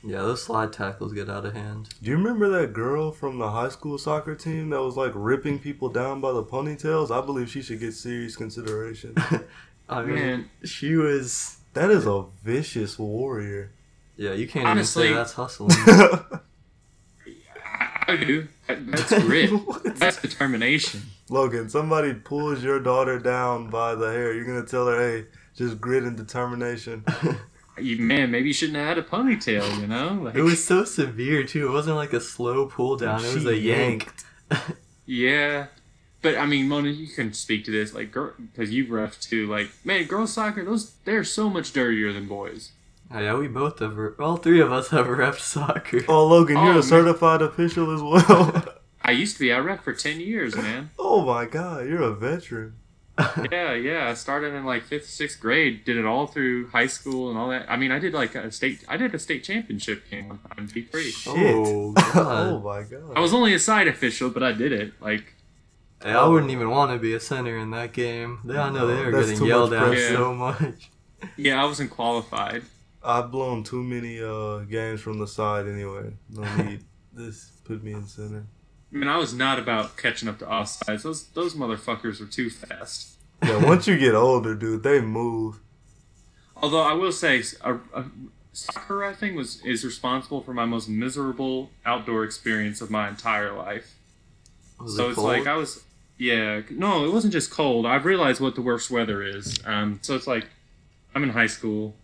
Speaker 2: Yeah, those slide tackles get out of hand.
Speaker 3: Do you remember that girl from the high school soccer team that was like ripping people down by the ponytails? I believe she should get serious consideration.
Speaker 2: I mean,
Speaker 1: Man.
Speaker 2: she was.
Speaker 3: That is a vicious warrior.
Speaker 2: Yeah, you can't
Speaker 1: Honestly-
Speaker 2: even say that's hustling.
Speaker 1: I, I do. That- That's grit.
Speaker 3: What?
Speaker 1: That's determination.
Speaker 3: Logan, somebody pulls your daughter down by the hair. You're gonna tell her, hey, just grit and determination.
Speaker 1: You- Man, maybe you shouldn't have had a ponytail. You know. Like,
Speaker 2: it was so severe too. It wasn't like a slow pull down. It was
Speaker 3: She
Speaker 2: a yank.
Speaker 1: Yeah, but I mean, Mona, you can speak to this, like, because you've ref too. Like, man, girls soccer, those they're so much dirtier than boys.
Speaker 2: Oh, yeah, we both have. All three of us have ref soccer.
Speaker 3: Oh, Logan,
Speaker 1: Oh,
Speaker 3: you're a
Speaker 1: man.
Speaker 3: certified official as well.
Speaker 1: I used to be. I ref for ten years, man.
Speaker 3: oh my God, you're a veteran.
Speaker 1: yeah, yeah. I started in like fifth, sixth grade. Did it all through high school and all that. I mean, I did like a state. I did a state championship game one time. D three.
Speaker 3: Shit.
Speaker 2: Oh,
Speaker 3: oh
Speaker 2: God.
Speaker 3: my
Speaker 1: I
Speaker 3: God.
Speaker 1: was only a side official, but I did it. Like,
Speaker 2: Hey, I wouldn't even want to be a center in that game. They, I know they were
Speaker 3: That's too
Speaker 2: getting
Speaker 3: much
Speaker 2: yelled at
Speaker 1: pressure.
Speaker 2: so much.
Speaker 1: yeah, I wasn't qualified.
Speaker 3: I've blown too many uh, games from the side anyway. No need. this put me in center.
Speaker 1: I mean, I was not about catching up to offsides. Those those motherfuckers were too fast.
Speaker 3: Yeah, once you get older, dude, they move.
Speaker 1: Although I will say, a, a soccer reffing was is responsible for my most miserable outdoor experience of my entire life.
Speaker 2: Was
Speaker 1: so
Speaker 2: it
Speaker 1: it's
Speaker 2: cold?
Speaker 1: like I was, yeah, no, it wasn't just cold. I've realized what the worst weather is. Um, so it's like I'm in high school,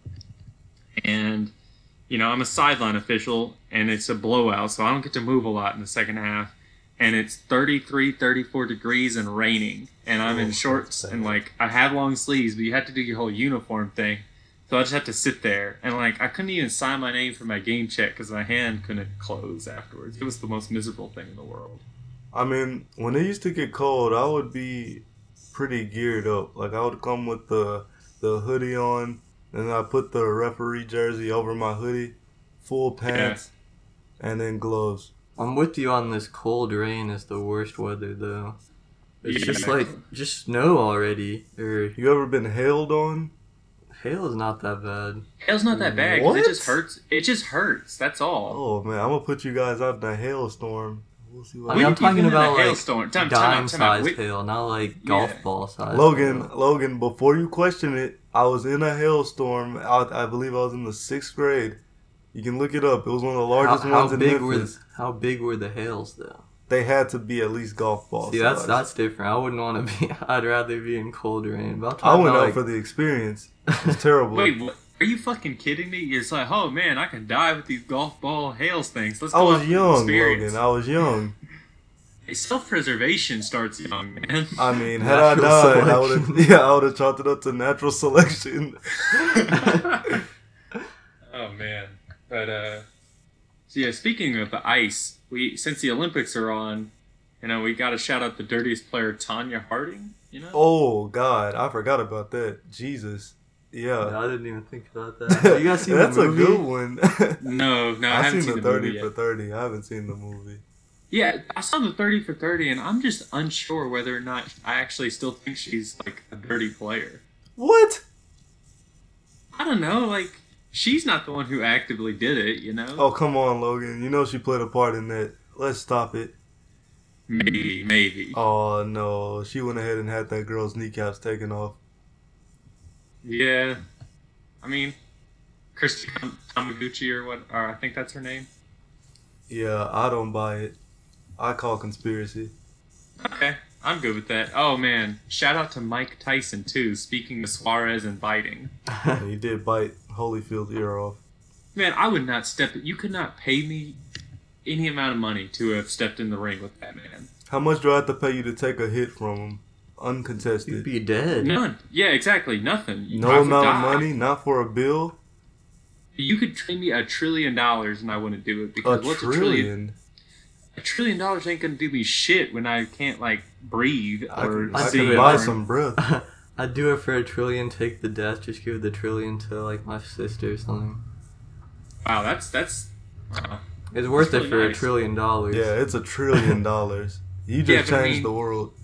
Speaker 1: and you know I'm a sideline official, and it's a blowout, so I don't get to move a lot in the second half. And it's 33, 34 degrees and raining, and I'm
Speaker 3: Oh,
Speaker 1: in shorts
Speaker 3: that's
Speaker 1: and
Speaker 3: bad.
Speaker 1: like I have long sleeves, but you have to do your whole uniform thing. So I just have to sit there and like I couldn't even sign my name for my game check because my hand couldn't close afterwards. It was the most miserable thing in the world.
Speaker 3: I mean, when it used to get cold, I would be pretty geared up. Like I would come with the the hoodie on, and I put the referee jersey over my hoodie, full pants, and then gloves.
Speaker 2: I'm with you on this cold rain is the worst weather though. It's
Speaker 1: Yeah.
Speaker 2: just like just snow already. Or
Speaker 3: You ever been hailed on?
Speaker 2: hail is not that bad.
Speaker 1: Hail's not that bad 'cause
Speaker 3: What?
Speaker 1: it just hurts. It just hurts. That's all.
Speaker 3: Oh man, I'm gonna put you guys out in a hailstorm. We'll see
Speaker 2: I
Speaker 3: what.
Speaker 2: mean,
Speaker 1: We've
Speaker 2: I'm talking
Speaker 1: even had a
Speaker 2: about like
Speaker 1: hailstorm. Time- time
Speaker 2: dime
Speaker 1: out, time out.
Speaker 2: sized
Speaker 1: We-
Speaker 2: hail, not like golf
Speaker 1: Yeah.
Speaker 2: ball size.
Speaker 3: Logan,
Speaker 2: hail.
Speaker 3: Logan, before you question it, I was in a hailstorm. I, I believe I was in the sixth grade. You can look it up. It was one of the
Speaker 2: how,
Speaker 3: largest
Speaker 2: how
Speaker 3: ones in
Speaker 2: big were
Speaker 3: Memphis.
Speaker 2: the, how big were the hails though?
Speaker 3: They had to be at least golf ball.
Speaker 2: See, that's
Speaker 3: size.
Speaker 2: that's different. I wouldn't want to be. I'd rather be in cold rain. But I'm
Speaker 3: I
Speaker 2: talking
Speaker 3: went
Speaker 2: about,
Speaker 3: out
Speaker 2: like,
Speaker 3: for the experience. It's terrible.
Speaker 1: Wait, what? Are you fucking kidding me? It's like, oh man, I can dive with these golf ball hails things. Let's
Speaker 3: I
Speaker 1: go out
Speaker 3: was
Speaker 1: for the
Speaker 3: young,
Speaker 1: experience.
Speaker 3: Logan. I was young.
Speaker 1: Hey, self-preservation starts young, man.
Speaker 3: I mean, had I
Speaker 2: Natural
Speaker 3: died, I would
Speaker 2: selection.
Speaker 3: have. Yeah, I would have chalked it up to natural selection.
Speaker 1: oh man, but uh, so yeah. Speaking of the ice, we since the Olympics are on, you know, we got to shout out the dirtiest player, Tanya Harding. You know,
Speaker 3: Oh God, I forgot about that. Jesus. Yeah.
Speaker 2: I didn't even think about that. You guys seen
Speaker 3: That's
Speaker 2: the movie?
Speaker 3: a good one.
Speaker 1: no, no, I,
Speaker 3: I've
Speaker 1: haven't
Speaker 3: seen,
Speaker 1: seen, movie
Speaker 3: the thirty
Speaker 1: yet.
Speaker 3: for thirty. I haven't seen the movie.
Speaker 1: Yeah, I saw the 30 for 30, and I'm just unsure whether or not I actually still think she's like a dirty player.
Speaker 3: What?
Speaker 1: I don't know, like, she's not the one who actively did it, you know?
Speaker 3: Oh come on, Logan. You know she played a part in that. Let's stop it.
Speaker 1: Maybe, maybe.
Speaker 3: Oh no, she went ahead and had that girl's kneecaps taken off.
Speaker 1: Yeah. I mean, Christy Tam- Tamaguchi, or what, or I think that's her name.
Speaker 3: Yeah, I don't buy it. I call conspiracy.
Speaker 1: Okay, I'm good with that. Oh, man. Shout out to Mike Tyson, too, speaking of Suarez and biting.
Speaker 3: And he did bite Holyfield's ear off.
Speaker 1: Man, I would not step, you could not pay me any amount of money to have stepped in the ring with that man.
Speaker 3: How much do I have to pay you to take a hit from him?
Speaker 2: You'd
Speaker 3: Uncontested.
Speaker 2: be dead.
Speaker 1: None. Yeah, exactly. Nothing. You
Speaker 3: No
Speaker 1: probably
Speaker 3: amount of
Speaker 1: die.
Speaker 3: money, not for a bill.
Speaker 1: You could pay me a trillion dollars and I wouldn't do it
Speaker 3: A
Speaker 1: because what's a trillion?
Speaker 3: trillion.
Speaker 1: A trillion dollars ain't gonna do me shit when I can't like breathe
Speaker 3: I
Speaker 1: or
Speaker 3: could, I
Speaker 1: see.
Speaker 3: could
Speaker 2: it.
Speaker 3: buy
Speaker 1: or-
Speaker 3: some breath.
Speaker 2: I'd do it for a trillion, take the death, just give the trillion to like my sister or something.
Speaker 1: Wow, that's that's. wow.
Speaker 2: It's worth
Speaker 1: That's
Speaker 2: it
Speaker 1: really
Speaker 2: for
Speaker 1: nice.
Speaker 2: a trillion dollars.
Speaker 3: Yeah, it's a trillion dollars. You
Speaker 1: Yeah,
Speaker 3: just
Speaker 1: but I
Speaker 3: changed
Speaker 1: mean-
Speaker 3: the world.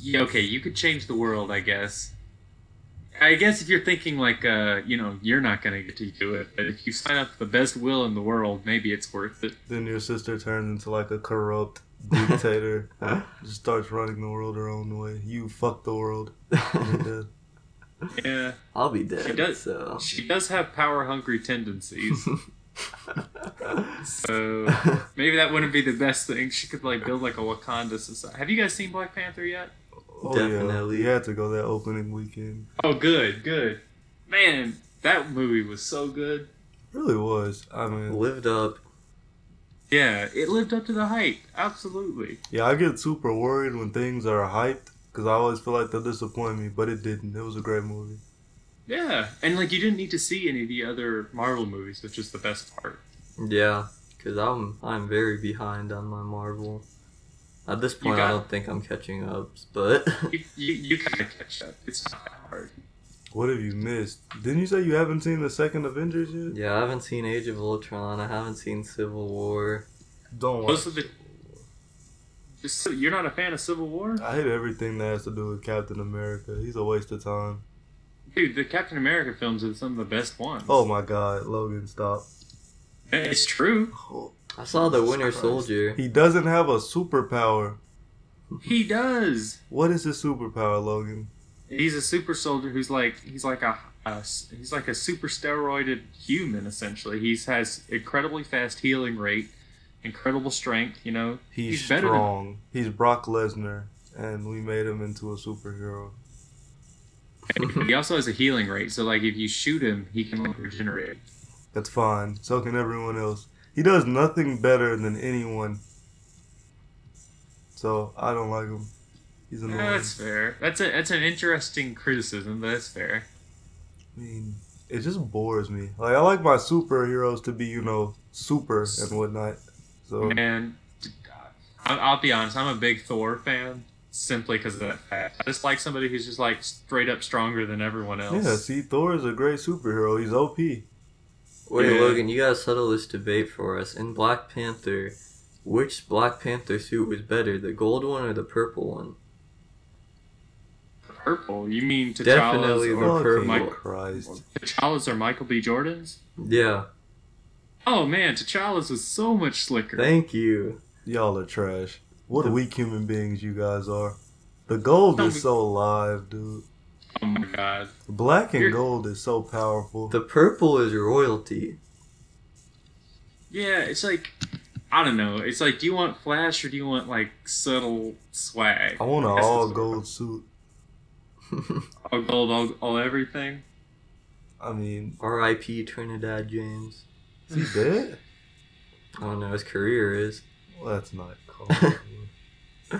Speaker 1: Yeah, okay, you could change the world, I guess. I guess if you're thinking like, uh, you know, you're not gonna get to do it, but if you sign up for the best will in the world, maybe it's worth it.
Speaker 3: Then your sister turns into like a corrupt dictator. just starts running the world her own way. You fuck the world. You're dead.
Speaker 1: Yeah,
Speaker 2: I'll be dead.
Speaker 1: She does.
Speaker 2: So.
Speaker 1: she does have power-hungry tendencies. So maybe that wouldn't be the best thing. She could like build like a Wakanda society. Have you guys seen Black Panther yet?
Speaker 3: Oh,
Speaker 2: Definitely.
Speaker 3: Yeah. You had to go that opening weekend.
Speaker 1: Oh, good, good. Man, that movie was so good.
Speaker 3: Really was. I mean,
Speaker 2: Lived up.
Speaker 1: Yeah, it lived up to the hype. Absolutely.
Speaker 3: yeah, I get super worried when things are hyped because I always feel like they'll disappoint me, but it didn't. It was a great movie.
Speaker 1: Yeah, and like you didn't need to see any of the other Marvel movies, which is the best part.
Speaker 2: Yeah, because I'm I'm very behind on my Marvel. At this point, I
Speaker 1: got-
Speaker 2: don't think I'm catching up, but
Speaker 1: You you, you kind of catch up. It's not that hard.
Speaker 3: What have you missed? Didn't you say you haven't seen the second Avengers yet?
Speaker 2: yeah, I haven't seen Age of Ultron. I haven't seen Civil War.
Speaker 3: Don't watch.
Speaker 1: Most of the just you're not a fan of Civil War,
Speaker 3: I hate everything that has to do with Captain America. He's a waste of time.
Speaker 1: dude. The Captain America films are some of the best ones.
Speaker 3: Oh my god, Logan, stop.
Speaker 1: it's true.
Speaker 2: I saw the
Speaker 3: Jesus
Speaker 2: Winter
Speaker 3: Christ.
Speaker 2: Soldier.
Speaker 3: He doesn't have a superpower.
Speaker 1: He does.
Speaker 3: What is his superpower, Logan?
Speaker 1: He's a super soldier who's like he's like a, a he's like a super steroided human essentially. He's has incredibly fast healing rate, incredible strength. You know,
Speaker 3: He's,
Speaker 1: He's better than-
Speaker 3: strong. He's Brock Lesnar, and we made him into a superhero.
Speaker 1: he also has a healing rate. So like if you shoot him, he can like, regenerate.
Speaker 3: That's fine. So can everyone else. He does nothing better than anyone. So I don't like him. He's annoying.
Speaker 1: That's fair. That's a that's an interesting criticism. But that's fair.
Speaker 3: I mean, it just bores me. Like I like my superheroes to be, you know, super and whatnot. So
Speaker 1: And I- I'll be honest, I'm a big Thor fan simply because of that fact. I just like somebody who's just like straight up stronger than everyone else.
Speaker 3: yeah, see, Thor is a great superhero. He's OP.
Speaker 2: Wait,
Speaker 1: Yeah.
Speaker 2: Logan, you gotta settle this debate for us. In Black Panther, which Black Panther suit was better, the gold one or the purple one?
Speaker 1: Purple. You mean T'Challa's
Speaker 2: Definitely
Speaker 1: or
Speaker 2: the
Speaker 3: Fucking
Speaker 2: purple.
Speaker 1: Mike-
Speaker 3: Christ.
Speaker 1: T'Challa's or Michael B. Jordan's?
Speaker 2: Yeah,
Speaker 1: Oh man, T'Challa's was so much slicker.
Speaker 2: thank you.
Speaker 3: Y'all are trash. What weak human beings you guys are. The gold is so live, dude.
Speaker 1: oh my god.
Speaker 3: Black and
Speaker 1: You're-
Speaker 3: gold is so powerful.
Speaker 2: The purple is royalty.
Speaker 1: Yeah, it's like I don't know. It's like, do you want flash or do you want like subtle swag?
Speaker 3: I want an
Speaker 1: That's
Speaker 3: all
Speaker 1: the-
Speaker 3: gold suit.
Speaker 1: all gold, all, all everything.
Speaker 3: I mean,
Speaker 2: R.I.P. Trinidad James.
Speaker 3: is he dead?
Speaker 2: I don't know his career is.
Speaker 3: Well, that's not cool.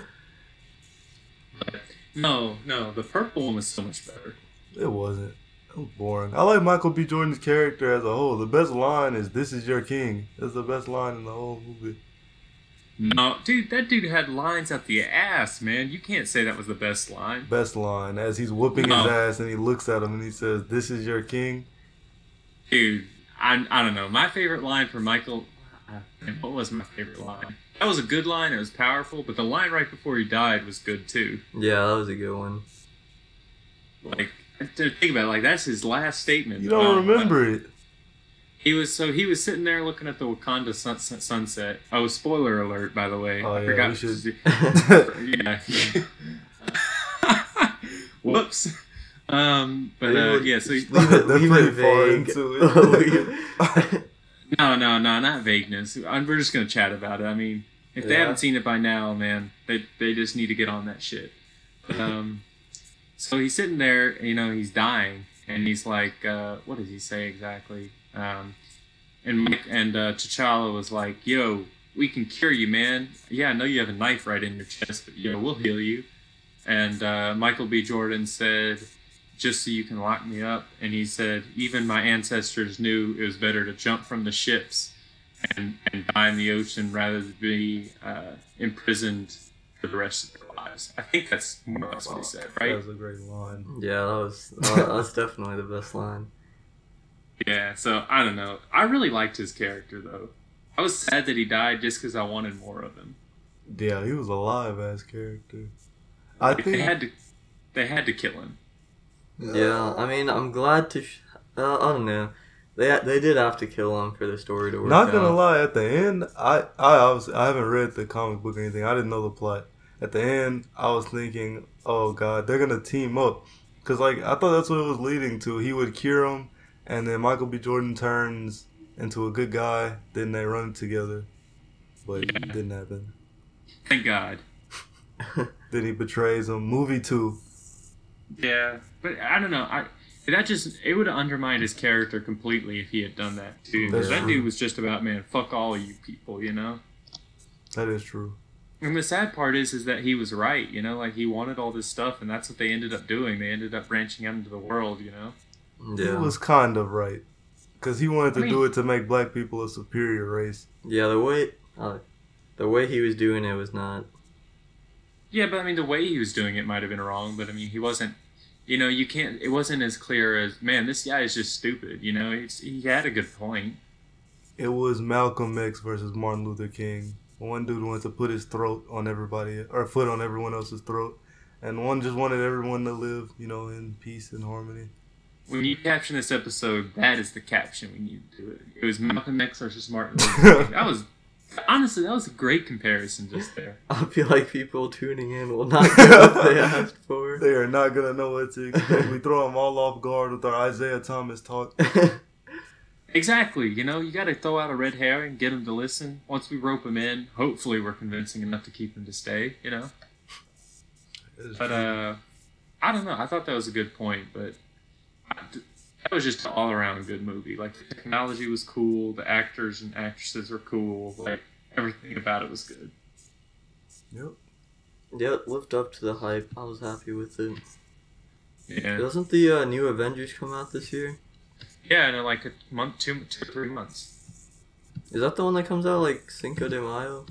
Speaker 1: No, no, the purple one was so much better.
Speaker 3: It wasn't. It was boring. I like Michael B. Jordan's character as a whole. The best line is "This is your king." That's the best line in the whole movie.
Speaker 1: No, dude, that dude had lines out the ass, man. You can't say that was the best line.
Speaker 3: Best line as he's whooping
Speaker 1: No.
Speaker 3: his ass and he looks at him and he says, "This is your king."
Speaker 1: Dude, I, I don't know. My favorite line for Michael. uh, man, What was my favorite line? That was a good line. It was powerful, but the line right before he died was good too.
Speaker 2: Yeah, that was a good one.
Speaker 1: Like, to think about it, like that's his last statement.
Speaker 3: You don't
Speaker 1: Um,
Speaker 3: remember it.
Speaker 1: He was so he was sitting there looking at the Wakanda sun, sun- sunset. Oh, spoiler alert! By the way,
Speaker 3: Oh,
Speaker 1: I
Speaker 3: yeah,
Speaker 1: forgot.
Speaker 3: we should-
Speaker 1: yeah. Whoops. Um, but uh, yeah, so
Speaker 2: leave it,
Speaker 3: They're
Speaker 2: leave
Speaker 3: pretty
Speaker 2: it
Speaker 3: far
Speaker 2: vague.
Speaker 3: into it.
Speaker 2: Leave-
Speaker 1: no, no, no, not vagueness. I'm, we're just gonna chat about it. I mean, if they
Speaker 2: Yeah.
Speaker 1: haven't seen it by now, man, they they just need to get on that shit. Um, so he's sitting there, you know, he's dying, and he's like, uh, what does he say exactly? Um, and Mike- and uh, T'Challa was like, "Yo, we can cure you, man. Yeah, I know you have a knife right in your chest, but yo, we'll heal you." And uh, Michael B. Jordan said, "Just so you can lock me up," and he said, "Even my ancestors knew it was better to jump from the ships and, and die in the ocean rather than be uh, imprisoned for the rest of their lives." I think that's more or less what he said,
Speaker 3: That
Speaker 1: right?
Speaker 3: was a great line.
Speaker 2: yeah, that was uh, that was definitely the best line.
Speaker 1: Yeah, so I don't know. I really liked his character though. I was sad that he died just because I wanted more of him.
Speaker 3: Yeah, he was a live ass character. I
Speaker 1: They
Speaker 3: think.
Speaker 1: had to, they had to kill him.
Speaker 2: Yeah, I mean, I'm glad to. Sh- uh, I don't know. They they did have to kill him for the story to work
Speaker 3: Not gonna
Speaker 2: out.
Speaker 3: lie, at the end, I I obviously, I haven't read the comic book or anything. I didn't know the plot. At the end, I was thinking, oh god, they're gonna team up, cause like I thought that's what it was leading to. He would cure him, and then Michael B. Jordan turns into a good guy. Then they run together, but it
Speaker 1: Yeah.
Speaker 3: didn't happen.
Speaker 1: Thank God.
Speaker 3: Then he betrays him. Movie two.
Speaker 1: Yeah, but I don't know. I that just it would have undermined his character completely if he had done that too. 'Cause
Speaker 3: That's
Speaker 1: that
Speaker 3: true.
Speaker 1: dude was just about man, fuck all you people, you know.
Speaker 3: That is true.
Speaker 1: And the sad part is, is that he was right, you know. Like he wanted all this stuff, and that's what they ended up doing. They ended up branching out into the world, you know.
Speaker 2: Yeah,
Speaker 3: He was kind of right, cause he wanted to
Speaker 1: I mean-
Speaker 3: do it to make black people a superior race.
Speaker 2: yeah. The way uh, the way he was doing it was not.
Speaker 1: Yeah, but I mean, the way he was doing it might have been wrong, but I mean, he wasn't. You know, you can't. It wasn't as clear as man. This guy is just stupid. You know, it's, he had a good point.
Speaker 3: It was Malcolm X versus Martin Luther King. One dude wanted to put his throat on everybody, or foot on everyone else's throat, and one just wanted everyone to live, you know, in peace and harmony.
Speaker 1: When you caption this episode, that is the caption we need to do it. It was Malcolm X versus Martin Luther King. That was honestly that was a great comparison just there.
Speaker 2: I feel like people tuning in will not get what they asked for.
Speaker 3: They are not gonna know what to expect. we throw them all off guard with our Isaiah Thomas talk.
Speaker 1: Exactly. You know, you got to throw out a red herring, get him to listen. Once we rope him in, hopefully we're convincing enough to keep him to stay. You know. But uh, I don't know. I thought that was a good point, but I- that was just an all-around good movie. Like the technology was cool, the actors and actresses were cool, like everything about it was good.
Speaker 3: Yep.
Speaker 2: yeah, it lived up to the hype. I was happy with it.
Speaker 1: Yeah,
Speaker 2: Doesn't the uh, new Avengers come out this year?
Speaker 1: yeah, and in like a month, two, two, three months.
Speaker 2: Is that the one that comes out like Cinco de Mayo?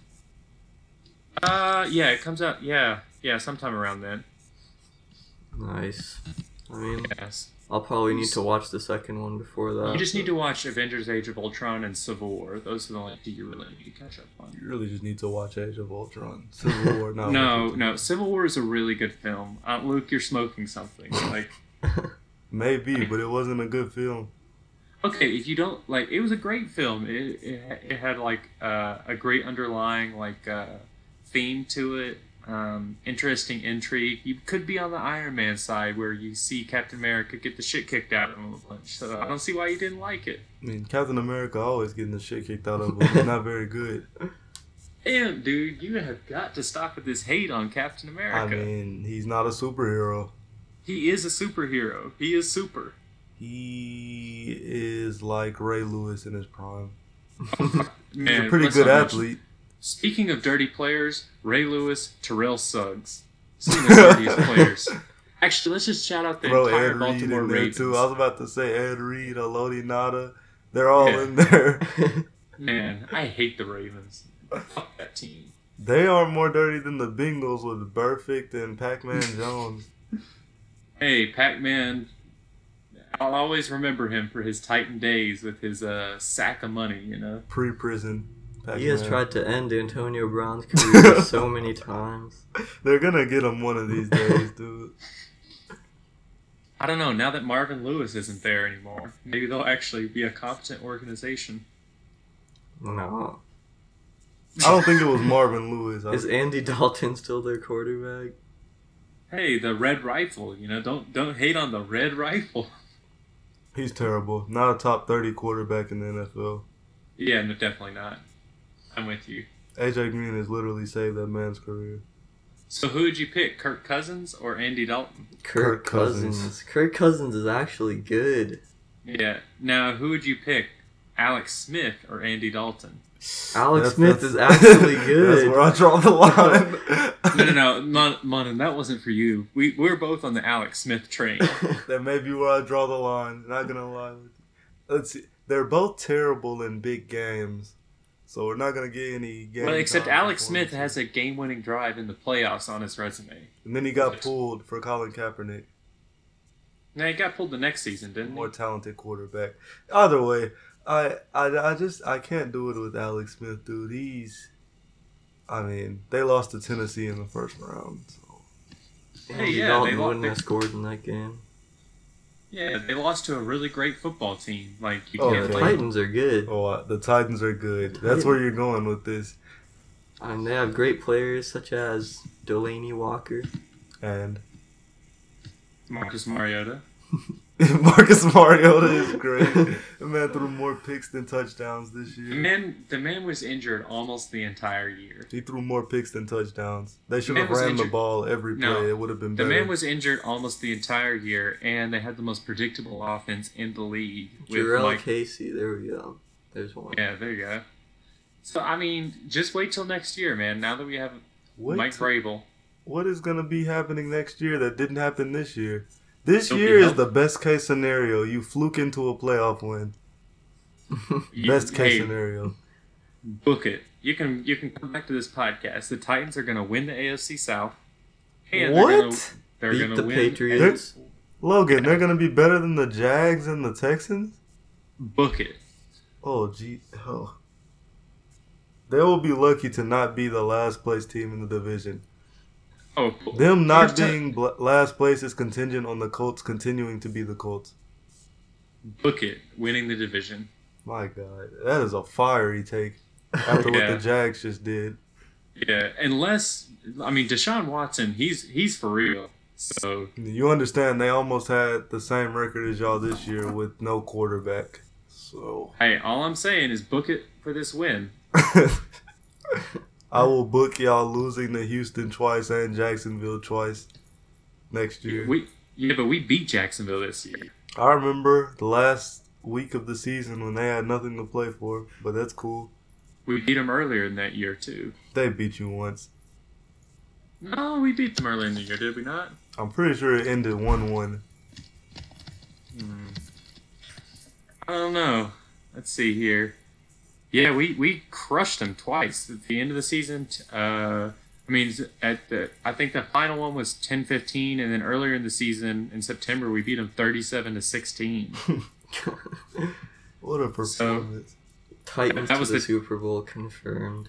Speaker 1: Uh, yeah, it comes out. Yeah, yeah, sometime around then.
Speaker 2: Nice. I mean,
Speaker 1: Yes,
Speaker 2: I'll probably need to watch the second one before that.
Speaker 1: you just need to watch Avengers: Age of Ultron and Civil War. Those are the only two you really need to catch up on.
Speaker 3: You really just need to watch Age of Ultron, Civil War. Not
Speaker 1: No, no, Civil War is a really good film. Uh, Luke, you're smoking something. Like.
Speaker 3: Maybe, but it wasn't a good film.
Speaker 1: okay if you don't like it was a great film it, it, it had like uh, a great underlying like uh, theme to it um, interesting intrigue you could be on the iron man side where you see captain america get the shit kicked out of him a bunch so i don't see why you didn't like it
Speaker 3: I mean, Captain America always getting the shit kicked out of him. He's not very good.
Speaker 1: damn dude you have got to stop with this hate on captain america
Speaker 3: I mean, he's not a superhero.
Speaker 1: he is a superhero he is super
Speaker 3: He is like Ray Lewis in his prime. He's
Speaker 1: Man,
Speaker 3: a pretty
Speaker 1: let's not
Speaker 3: good
Speaker 1: mention-
Speaker 3: athlete.
Speaker 1: Speaking of dirty players, Ray Lewis, Terrell Suggs. Some of the dirtiest players. Actually, let's just shout out the
Speaker 3: Throw
Speaker 1: entire
Speaker 3: Ed Reed
Speaker 1: Baltimore
Speaker 3: in there
Speaker 1: Ravens.
Speaker 3: too. I was about to say Ed Reed, Elodie Nada. They're all
Speaker 1: Yeah.
Speaker 3: in there.
Speaker 1: Man, I hate the Ravens. Fuck that team.
Speaker 3: They are more dirty than the Bengals with Perfect and Pac-Man Jones.
Speaker 1: Hey, Pac-Man. I'll always remember him for his Titan days with his uh, sack of money. You know,
Speaker 3: Pre-prison. Pac-Man.
Speaker 2: He has tried to end Antonio Brown's career so many times.
Speaker 3: They're gonna get him one of these days, dude.
Speaker 1: I don't know. Now that Marvin Lewis isn't there anymore, maybe they'll actually be a competent organization.
Speaker 2: No.
Speaker 3: I don't think it was Marvin Lewis. I
Speaker 2: Is Andy Dalton still their quarterback?
Speaker 1: Hey, the Red Rifle. You know, don't don't hate on the Red Rifle.
Speaker 3: He's terrible. Not a top 30 quarterback in the NFL.
Speaker 1: Yeah, no, definitely not. I'm with you.
Speaker 3: AJ Green has literally saved that man's career.
Speaker 1: So who would you pick, Kirk Cousins or Andy Dalton?
Speaker 2: Kirk,
Speaker 3: Kirk
Speaker 2: Cousins.
Speaker 3: Cousins.
Speaker 2: Kirk Cousins is actually good.
Speaker 1: Yeah. Now who would you pick, Alex Smith or Andy Dalton?
Speaker 2: Alex
Speaker 3: That's-
Speaker 2: Smith
Speaker 3: that's-
Speaker 2: is actually good.
Speaker 3: That's where I draw the line.
Speaker 1: No, no, no, Mon- Monin, that wasn't for you. We we're both on the Alex Smith train.
Speaker 3: that may be where I draw the line. Not gonna lie. with you. Let's see. They're both terrible in big games, so we're not gonna get any. Game
Speaker 1: well, except
Speaker 3: time
Speaker 1: Alex Smith
Speaker 3: performances.
Speaker 1: has a game-winning drive in the playoffs on his resume.
Speaker 3: And then he got pulled for Colin Kaepernick,
Speaker 1: Now he got pulled the next season, didn't
Speaker 3: more
Speaker 1: he?
Speaker 3: talented quarterback. Either way, I, I I just I can't do it with Alex Smith, dude. He's, I mean, they lost to Tennessee in the first round. So.
Speaker 1: Hey,
Speaker 2: Andy
Speaker 1: yeah, they
Speaker 2: Dalton
Speaker 1: lost-
Speaker 2: wouldn't
Speaker 1: they-
Speaker 2: have scored in that game.
Speaker 1: Yeah, they lost to a really great football team. Like you
Speaker 3: Oh,
Speaker 2: Yeah,
Speaker 1: can't
Speaker 2: the
Speaker 3: okay.
Speaker 1: play.
Speaker 2: Titans are good.
Speaker 3: Oh, uh, the Titans are good. That's where you're going with this.
Speaker 2: I mean, they have great players such as Delaney Walker.
Speaker 3: And
Speaker 1: Marcus Mariota.
Speaker 3: Marcus Mariota is great. The man threw more picks than touchdowns this
Speaker 1: The
Speaker 3: year.
Speaker 1: man, the man was injured almost the entire year.
Speaker 3: He threw more picks than touchdowns. They should
Speaker 1: man
Speaker 3: have
Speaker 1: was
Speaker 3: ran the
Speaker 1: injured-
Speaker 3: ball every play.
Speaker 1: No.
Speaker 3: it would have been
Speaker 1: The
Speaker 3: better.
Speaker 1: man was injured almost the entire year, and they had the most predictable offense in the league. With
Speaker 2: Jarrell
Speaker 1: like,
Speaker 2: Casey. There we go. There's one.
Speaker 1: yeah, there you go. So I mean, just wait till next year, man. Now that we have
Speaker 3: What-
Speaker 1: Mike Vrabel,
Speaker 3: what is going to be happening next year that didn't happen this year? This
Speaker 1: Don't be
Speaker 3: year is
Speaker 1: helpful.
Speaker 3: the best case scenario. You fluke into a playoff win.
Speaker 1: you-
Speaker 3: best case
Speaker 1: hey,
Speaker 3: scenario.
Speaker 1: book it. You can you can come back to this podcast. The Titans are going to win the AFC South. And
Speaker 3: What?
Speaker 1: They're
Speaker 2: Beat
Speaker 1: going to
Speaker 2: the
Speaker 1: win.
Speaker 2: Patriots.
Speaker 3: Logan, they're going to be better than the Jags and the Texans?
Speaker 1: Book it.
Speaker 3: Oh, gee. Oh. They will be lucky to not be the last place team in the division.
Speaker 1: Oh,
Speaker 3: Them
Speaker 1: here's
Speaker 3: not
Speaker 1: the-
Speaker 3: being bl- last place is contingent on the Colts continuing to be the Colts.
Speaker 1: book it. Winning the division.
Speaker 3: My God, that is a fiery take after what
Speaker 1: Yeah.
Speaker 3: the Jags just did.
Speaker 1: Yeah, unless I mean Deshaun Watson, he's he's for real. So
Speaker 3: You understand they almost had the same record as y'all this year with no quarterback. So
Speaker 1: hey, all I'm saying is book it for this win.
Speaker 3: I will book y'all losing to Houston twice and Jacksonville twice next year.
Speaker 1: We yeah, but we beat Jacksonville this year.
Speaker 3: I remember the last week of the season when they had nothing to play for, but that's cool.
Speaker 1: We beat them earlier in that year too.
Speaker 3: They beat you once.
Speaker 1: No, we beat them earlier in the year, did we not?
Speaker 3: I'm pretty sure it ended 1 1.
Speaker 1: I don't know. Let's see here. Yeah, we, we crushed them twice at the end of the season. t- Uh, I mean, at the I think the final one was 10-15, and then earlier in the season in September we beat them thirty-seven to sixteen.
Speaker 3: What a performance.
Speaker 2: Titans
Speaker 1: That was
Speaker 2: to the,
Speaker 1: the-
Speaker 2: Super Bowl confirmed.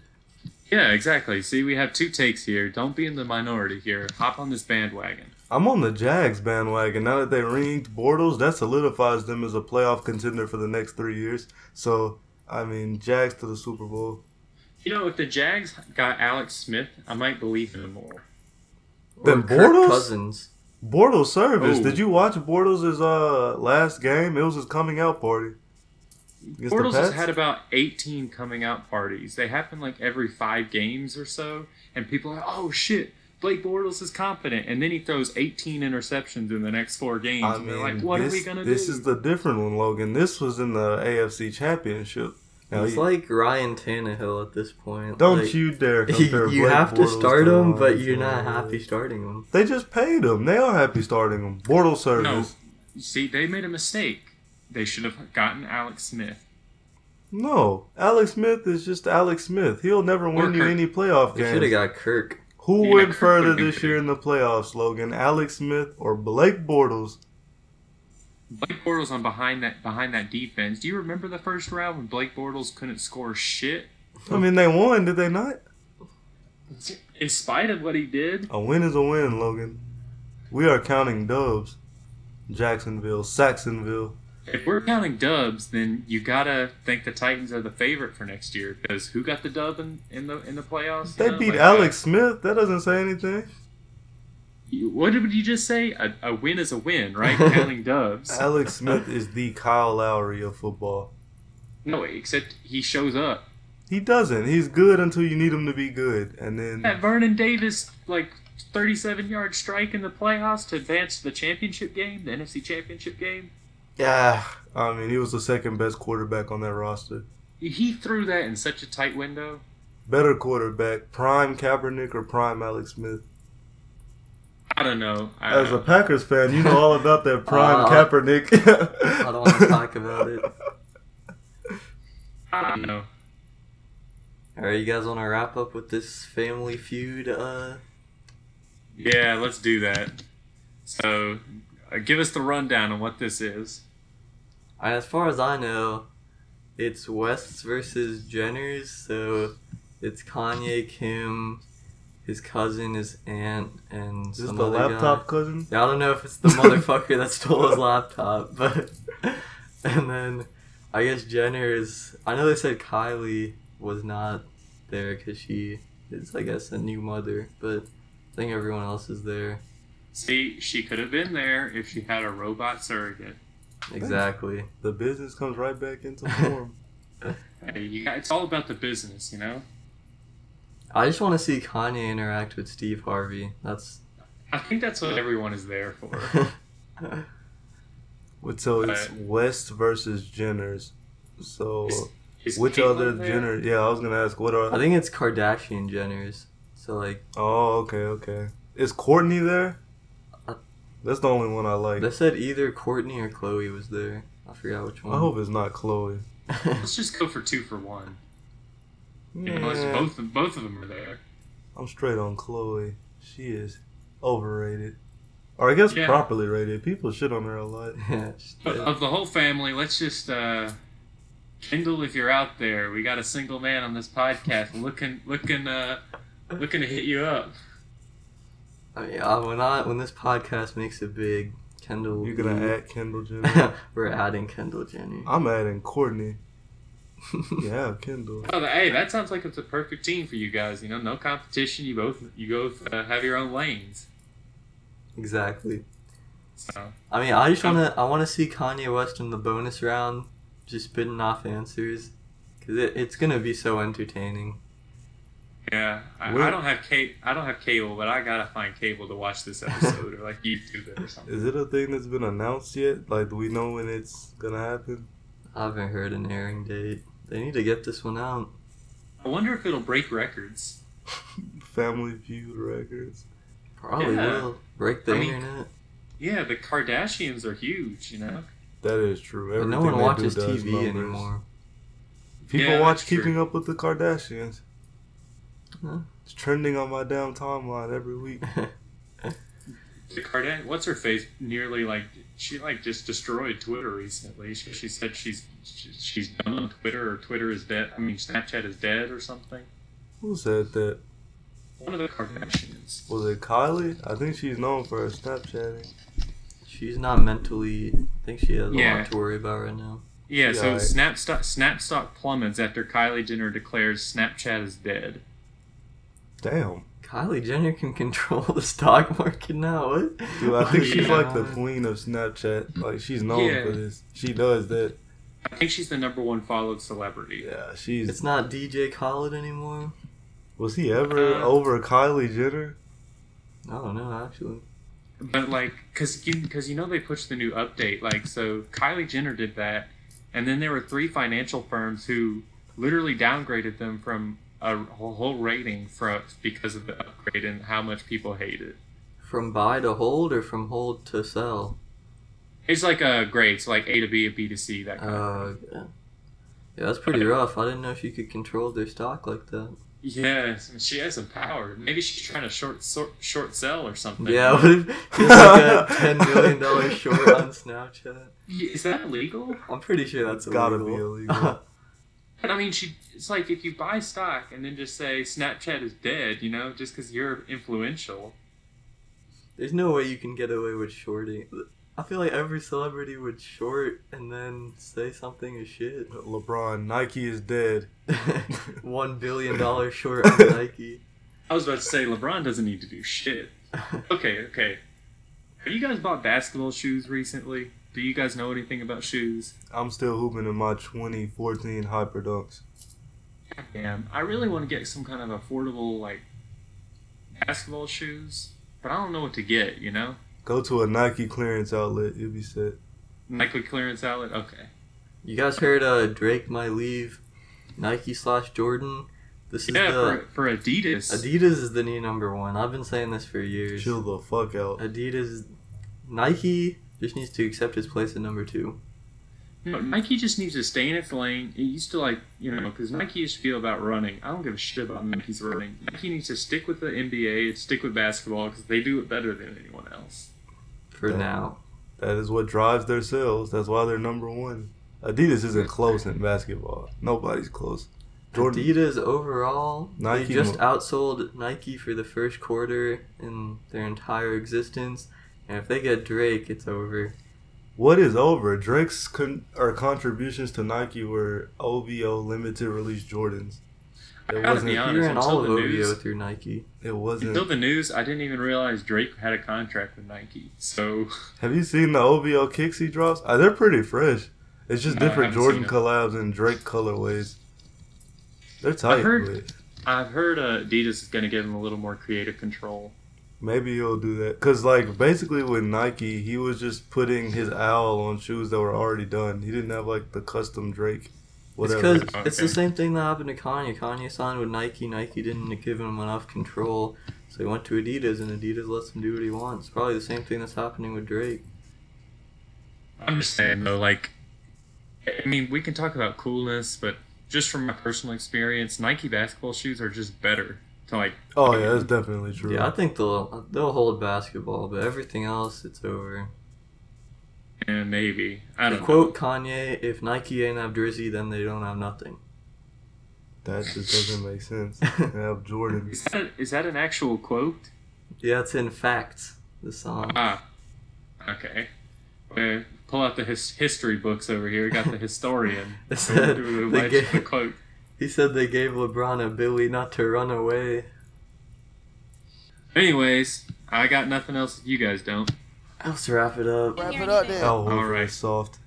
Speaker 1: Yeah, exactly. See, we have two takes here. Don't be in the minority here. Hop on this bandwagon.
Speaker 3: I'm on the Jags bandwagon. Now that they ringed Bortles, that solidifies them as a playoff contender for the next three years. So, I mean, Jags to the Super Bowl.
Speaker 1: You know, if the Jags got Alex Smith, I might believe in him more.
Speaker 3: Then
Speaker 2: Or Kirk
Speaker 3: Bortles?
Speaker 2: Cousins.
Speaker 3: Bortles service.
Speaker 1: Oh.
Speaker 3: Did you watch Bortles' uh, last game? It was his coming out party. Against
Speaker 1: Bortles
Speaker 3: the
Speaker 1: has
Speaker 3: Pats?
Speaker 1: had about 18 coming out parties. They happen like every five games or so, and people are, oh shit, Blake Bortles is competent, and then he throws 18 interceptions in the next four games.
Speaker 3: I
Speaker 1: and
Speaker 3: mean,
Speaker 1: they're like, what
Speaker 3: this,
Speaker 1: are we gonna
Speaker 3: this
Speaker 1: do?
Speaker 3: is the different one, Logan. This was in the AFC Championship. Now,
Speaker 2: It's
Speaker 3: you-
Speaker 2: like Ryan Tannehill at this point.
Speaker 3: don't
Speaker 2: like,
Speaker 3: you dare compare
Speaker 2: You, you
Speaker 3: Blake
Speaker 2: have to
Speaker 3: Bortles uh,
Speaker 2: start him, but
Speaker 3: Lawrence
Speaker 2: you're not
Speaker 3: Taylor.
Speaker 2: happy starting him.
Speaker 3: They just paid him. They are happy starting him. Bortles service.
Speaker 1: You See, they made a mistake. They should have gotten Alex Smith.
Speaker 3: No. Alex Smith is just Alex Smith. He'll never win you
Speaker 1: Kirk.
Speaker 3: any playoff
Speaker 2: They should have
Speaker 3: games.
Speaker 2: got Kirk.
Speaker 3: Who
Speaker 1: Yeah,
Speaker 3: went
Speaker 1: Kirk
Speaker 3: further
Speaker 1: would've been
Speaker 3: this
Speaker 1: good.
Speaker 3: year in the playoffs, Logan? Alex Smith or Blake Bortles?
Speaker 1: Blake Bortles on behind that behind that defense. Do you remember the first round when Blake Bortles couldn't score shit?
Speaker 3: I mean, they won, did they not?
Speaker 1: In spite of what he did,
Speaker 3: A win is a win, Logan. We are counting dubs. Jacksonville, Saxonville.
Speaker 1: if we're counting dubs, then you gotta think the Titans are the favorite for next year. Because who got the dub in, in the in the playoffs?
Speaker 3: They
Speaker 1: You know,
Speaker 3: beat
Speaker 1: like,
Speaker 3: Alex Smith. That doesn't say anything.
Speaker 1: You- What did you just say? A, a win is a win, right? Counting dubs.
Speaker 3: Alex Smith is the Kyle Lowry of football.
Speaker 1: No, except he shows up.
Speaker 3: He doesn't. He's good until you need him to be good, and
Speaker 1: That
Speaker 3: then
Speaker 1: Vernon Davis, like, 37 yard strike in the playoffs to advance to the championship game, the NFC championship game.
Speaker 3: yeah. I mean, he was the second best quarterback on that roster.
Speaker 1: He threw that in such a tight window.
Speaker 3: Better quarterback, prime Kaepernick or prime Alex Smith.
Speaker 1: I don't know. I
Speaker 3: As a Packers fan, you know all about that prime
Speaker 2: Uh,
Speaker 3: Kaepernick. I
Speaker 2: don't wanna talk about it.
Speaker 1: I don't know.
Speaker 2: All right, you guys want to wrap up with this Family Feud? Uh,
Speaker 1: Yeah, let's do that. So, uh, give us the rundown on what this is.
Speaker 2: I- as far as I know, it's West's versus Jenner's. So it's Kanye, Kim, his cousin, his aunt, and
Speaker 3: Is this
Speaker 2: some
Speaker 3: the
Speaker 2: other guy.
Speaker 3: laptop cousin?
Speaker 2: Yeah, I don't know if it's the motherfucker that stole his laptop, but and then I guess Jenner's. I know they said Kylie was not there because she is, I guess, a new mother, but I think everyone else is there.
Speaker 1: See, she could have been there if she had a robot surrogate.
Speaker 2: Exactly.
Speaker 3: The business comes right back into form.
Speaker 1: Hey, you got, it's all about the business, you know?
Speaker 2: I just want to see Kanye interact with Steve Harvey. That's
Speaker 1: I think that's what everyone is there for.
Speaker 3: Well, so it's
Speaker 1: Alright.
Speaker 3: West versus Jenner's. So
Speaker 1: Is
Speaker 3: which
Speaker 1: Caitlyn
Speaker 3: other
Speaker 1: there?
Speaker 3: Jenner? Yeah, I was gonna ask what are.
Speaker 2: I think it's Kardashian Jenner's. So like
Speaker 3: oh, okay, okay. Is Courtney there?
Speaker 2: Uh,
Speaker 3: That's the only one I like.
Speaker 2: they said either Courtney or Chloe was there. I forgot which
Speaker 3: I
Speaker 2: one.
Speaker 3: hope it's not Chloe.
Speaker 1: Let's just go for two for one.
Speaker 3: Yeah,
Speaker 1: Unless both of, both of them are there.
Speaker 3: I'm straight on Chloe. She is overrated, or I guess
Speaker 1: Yeah.
Speaker 3: properly rated. People shit on her a lot.
Speaker 2: Yeah, just-
Speaker 1: But of the whole family, let's just uh, Kendall, if you're out there, we got a single man on this podcast looking looking uh, looking to hit you up.
Speaker 2: I mean, uh, when I when this podcast makes it big, Kendall. will
Speaker 3: You're gonna
Speaker 2: be-
Speaker 3: add Kendall Jenner.
Speaker 2: We're adding Kendall Jenner.
Speaker 3: I'm adding Courtney. Yeah, Kendall.
Speaker 1: Oh, hey, that sounds like it's a perfect team for you guys. You know, no competition. You both you both uh, have your own lanes.
Speaker 2: exactly.
Speaker 1: So
Speaker 2: I mean, I just wanna I wanna see Kanye West in the bonus round, just spitting off answers, cause it, it's gonna be so entertaining.
Speaker 1: yeah, I,
Speaker 3: Where-
Speaker 1: I don't have cable. I don't have cable, but I gotta find cable to watch this episode or like YouTube it or something.
Speaker 3: Is it a thing that's been announced yet? Like, do we know when it's gonna happen?
Speaker 2: I haven't heard an airing date. They need to get this one out.
Speaker 1: I wonder if it'll break records.
Speaker 3: Family Feud records.
Speaker 2: Probably
Speaker 1: Yeah.
Speaker 2: will break the
Speaker 1: I mean,
Speaker 2: internet.
Speaker 1: Yeah, the Kardashians are huge. You know.
Speaker 3: That is true.
Speaker 2: But no
Speaker 3: Everything
Speaker 2: one
Speaker 3: they
Speaker 2: watches
Speaker 3: do does
Speaker 2: TV
Speaker 3: numbers.
Speaker 2: anymore.
Speaker 3: People
Speaker 1: Yeah,
Speaker 3: watch
Speaker 1: that's true.
Speaker 3: Keeping Up with the Kardashians.
Speaker 2: Huh?
Speaker 3: It's trending on my damn timeline every week.
Speaker 1: The Kardashian, what's her face? Nearly like she like just destroyed Twitter recently. She, she said she's she- she's done on Twitter or Twitter is dead. I mean, Snapchat is dead or something.
Speaker 3: Who said that?
Speaker 1: One of the Kardashians.
Speaker 3: Was it Kylie? I think she's known for her Snapchatting.
Speaker 2: She's not mentally. I think she has a
Speaker 1: Yeah.
Speaker 2: lot to worry about right now.
Speaker 1: Yeah, so
Speaker 3: Yeah, I-
Speaker 1: Snap stock Snap stock plummets after Kylie Jenner declares Snapchat is dead.
Speaker 3: Damn.
Speaker 2: Kylie Jenner can control the stock market now. What?
Speaker 3: Dude, I think she's
Speaker 1: Yeah.
Speaker 3: like the queen of Snapchat. Like, she's known
Speaker 1: Yeah.
Speaker 3: for this. She does that.
Speaker 1: I think she's the number one followed celebrity.
Speaker 3: Yeah, she's.
Speaker 2: It's not DJ Khaled anymore.
Speaker 3: was he ever
Speaker 1: Uh,
Speaker 3: over Kylie Jenner?
Speaker 2: I don't know actually.
Speaker 1: But like, cause you, cause you know they pushed the new update. Like, so Kylie Jenner did that, and then there were three financial firms who literally downgraded them from a whole rating from because of the upgrade and how much people hate it.
Speaker 2: From buy to hold or from hold to sell?
Speaker 1: It's like a grades, like A to B, a B to C, that kind of
Speaker 2: Uh, yeah. yeah, that's pretty rough. I didn't know she could control their stock like that.
Speaker 1: Yeah, she has some power. Maybe she's trying to short sort, short sell or something.
Speaker 2: Yeah, what if there's like a ten million dollar short on Snapchat?
Speaker 1: is that illegal?
Speaker 2: I'm pretty sure that's
Speaker 3: Gotta be
Speaker 2: illegal.
Speaker 3: illegal.
Speaker 1: But I mean, she. It's like if you buy stock and then just say Snapchat is dead, you know, just because you're influential.
Speaker 2: There's no way you can get away with shorting. I feel like every celebrity would short and then say something is shit.
Speaker 3: LeBron, Nike is dead.
Speaker 2: One billion dollar short on Nike.
Speaker 1: I was about to say LeBron doesn't need to do shit. Okay, okay. Have you guys bought basketball shoes recently? Do you guys know anything about shoes?
Speaker 3: I'm still hooping in my 2014 Hyper Dunks.
Speaker 1: Damn, I really want to get some kind of affordable like basketball shoes, but I don't know what to get. You know,
Speaker 3: Go to a Nike clearance outlet, you'll be set.
Speaker 1: Nike clearance outlet. Okay.
Speaker 2: You guys heard uh, Drake might leave Nike slash Jordan. This is
Speaker 1: Yeah,
Speaker 2: the
Speaker 1: for, for Adidas.
Speaker 2: Adidas is the new number one. I've been saying this for years.
Speaker 3: Chill the fuck out.
Speaker 2: Adidas, Nike just needs to accept his place at number two.
Speaker 1: No, Nike just needs to stay in its lane. It used to like you know because Nike used to feel about running. I don't give a shit about Nike's running. Nike needs to stick with the NBA and stick with basketball because they do it better than anyone else.
Speaker 2: For
Speaker 3: Yeah.
Speaker 2: now,
Speaker 3: That is what drives their sales. That's why they're number one. Adidas isn't close in basketball. Nobody's close. Jordan,
Speaker 2: Adidas overall
Speaker 3: Nike
Speaker 2: they just
Speaker 3: mo-
Speaker 2: outsold Nike for the first quarter in their entire existence. And if they get Drake, it's over.
Speaker 3: what is over? Drake's con- or contributions to Nike were OVO limited release Jordans.
Speaker 1: I gotta
Speaker 3: It
Speaker 1: be
Speaker 3: wasn't.
Speaker 1: honest.
Speaker 2: You're in
Speaker 1: Until
Speaker 2: all of
Speaker 1: the
Speaker 2: OVO
Speaker 1: news,
Speaker 2: through Nike.
Speaker 3: It
Speaker 1: until
Speaker 3: wasn't.
Speaker 1: the news, I didn't even realize Drake had a contract with Nike. So
Speaker 3: Have you seen the OVO kicks he drops? Uh, they're pretty fresh. It's just
Speaker 1: No, I
Speaker 3: different
Speaker 1: haven't
Speaker 3: Jordan
Speaker 1: seen it.
Speaker 3: collabs and Drake colorways. They're tight.
Speaker 1: heard-
Speaker 3: but
Speaker 1: I've heard uh, Adidas is going to give him a little more creative control.
Speaker 3: maybe he'll do that. Cause like basically with Nike, he was just putting his owl on shoes that were already done. He didn't have like the custom Drake. Whatever.
Speaker 2: It's because it's the
Speaker 1: Okay.
Speaker 2: same thing that happened to Kanye. Kanye signed with Nike. Nike didn't give him enough control, so he went to Adidas, and Adidas lets him do what he wants. Probably the same thing that's happening with Drake.
Speaker 1: I'm just saying though, like, I mean, we can talk about coolness, but just from my personal experience, Nike basketball shoes are just better to like
Speaker 3: oh yeah, that's definitely true.
Speaker 2: Yeah, I think they'll they'll hold basketball, but everything else, it's over.
Speaker 1: eh, maybe I
Speaker 2: To
Speaker 1: don't
Speaker 2: quote Kanye, "If Nike ain't have jersey, then they don't have nothing."
Speaker 3: That just doesn't make sense. They have
Speaker 1: know.
Speaker 3: Jordan.
Speaker 1: Is that, is that an actual quote?
Speaker 2: Yeah, it's in facts. The song.
Speaker 1: Ah, okay. Uh, pull out the his- history books over here. We got the historian.
Speaker 2: It
Speaker 1: Going
Speaker 2: said
Speaker 1: through
Speaker 2: they
Speaker 1: the, leg- the
Speaker 2: gave,
Speaker 1: quote.
Speaker 2: he said they gave LeBron a Billy not to run away.
Speaker 1: Anyways, I got nothing else. If you guys don't.
Speaker 2: Let's wrap it up.
Speaker 4: Wrap it up then.
Speaker 3: Al Horford
Speaker 1: Alright.
Speaker 3: is soft.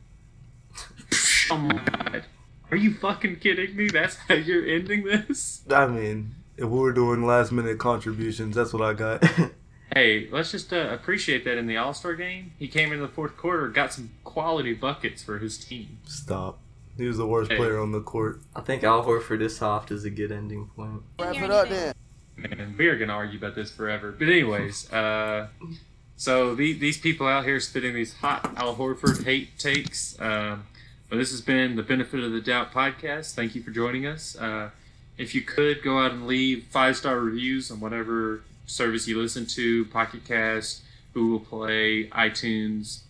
Speaker 1: Oh my god. Are you fucking kidding me? That's how you're ending this?
Speaker 3: I mean, if we were doing last minute contributions, that's what I got.
Speaker 1: Hey, let's just uh, appreciate that in the All Star game. He came into the fourth quarter, got some quality buckets for his team.
Speaker 3: Stop. He was the worst
Speaker 1: Hey.
Speaker 3: player on the court.
Speaker 2: I think Al Horford is soft is a good ending point.
Speaker 4: Wrap it up then.
Speaker 1: And we are going to argue about this forever. But, anyways, uh, so the, these people out here spitting these hot Al Horford hate takes. Uh, but this has been the Benefit of the Doubt podcast. Thank you for joining us. Uh, if you could go out and leave five star reviews on whatever service you listen to Pocket Cast, Google Play, iTunes,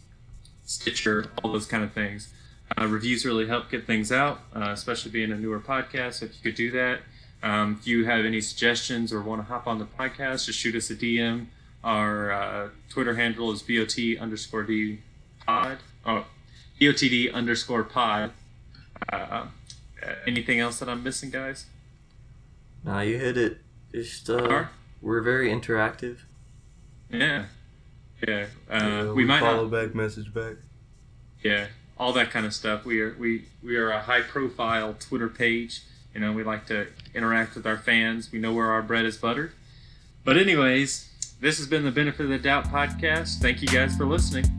Speaker 1: Stitcher, all those kind of things. Uh, reviews really help get things out, uh, especially being a newer podcast. If you could do that, um, if you have any suggestions or want to hop on the podcast, just shoot us a DM. Our uh, Twitter handle is bot underscore d pod. Oh, botd underscore pod. Uh, anything else that I'm missing, guys?
Speaker 2: Nah, you hit it. Just uh,
Speaker 1: Alright.
Speaker 2: we're very interactive.
Speaker 1: Yeah, yeah. Uh,
Speaker 3: Yeah,
Speaker 1: we, might not
Speaker 3: follow back, message back.
Speaker 1: yeah all that kind of stuff we are we we are a high profile twitter page you know we like to interact with our fans we know where our bread is buttered but anyways This has been the Benefit of the Doubt podcast. Thank you guys for listening.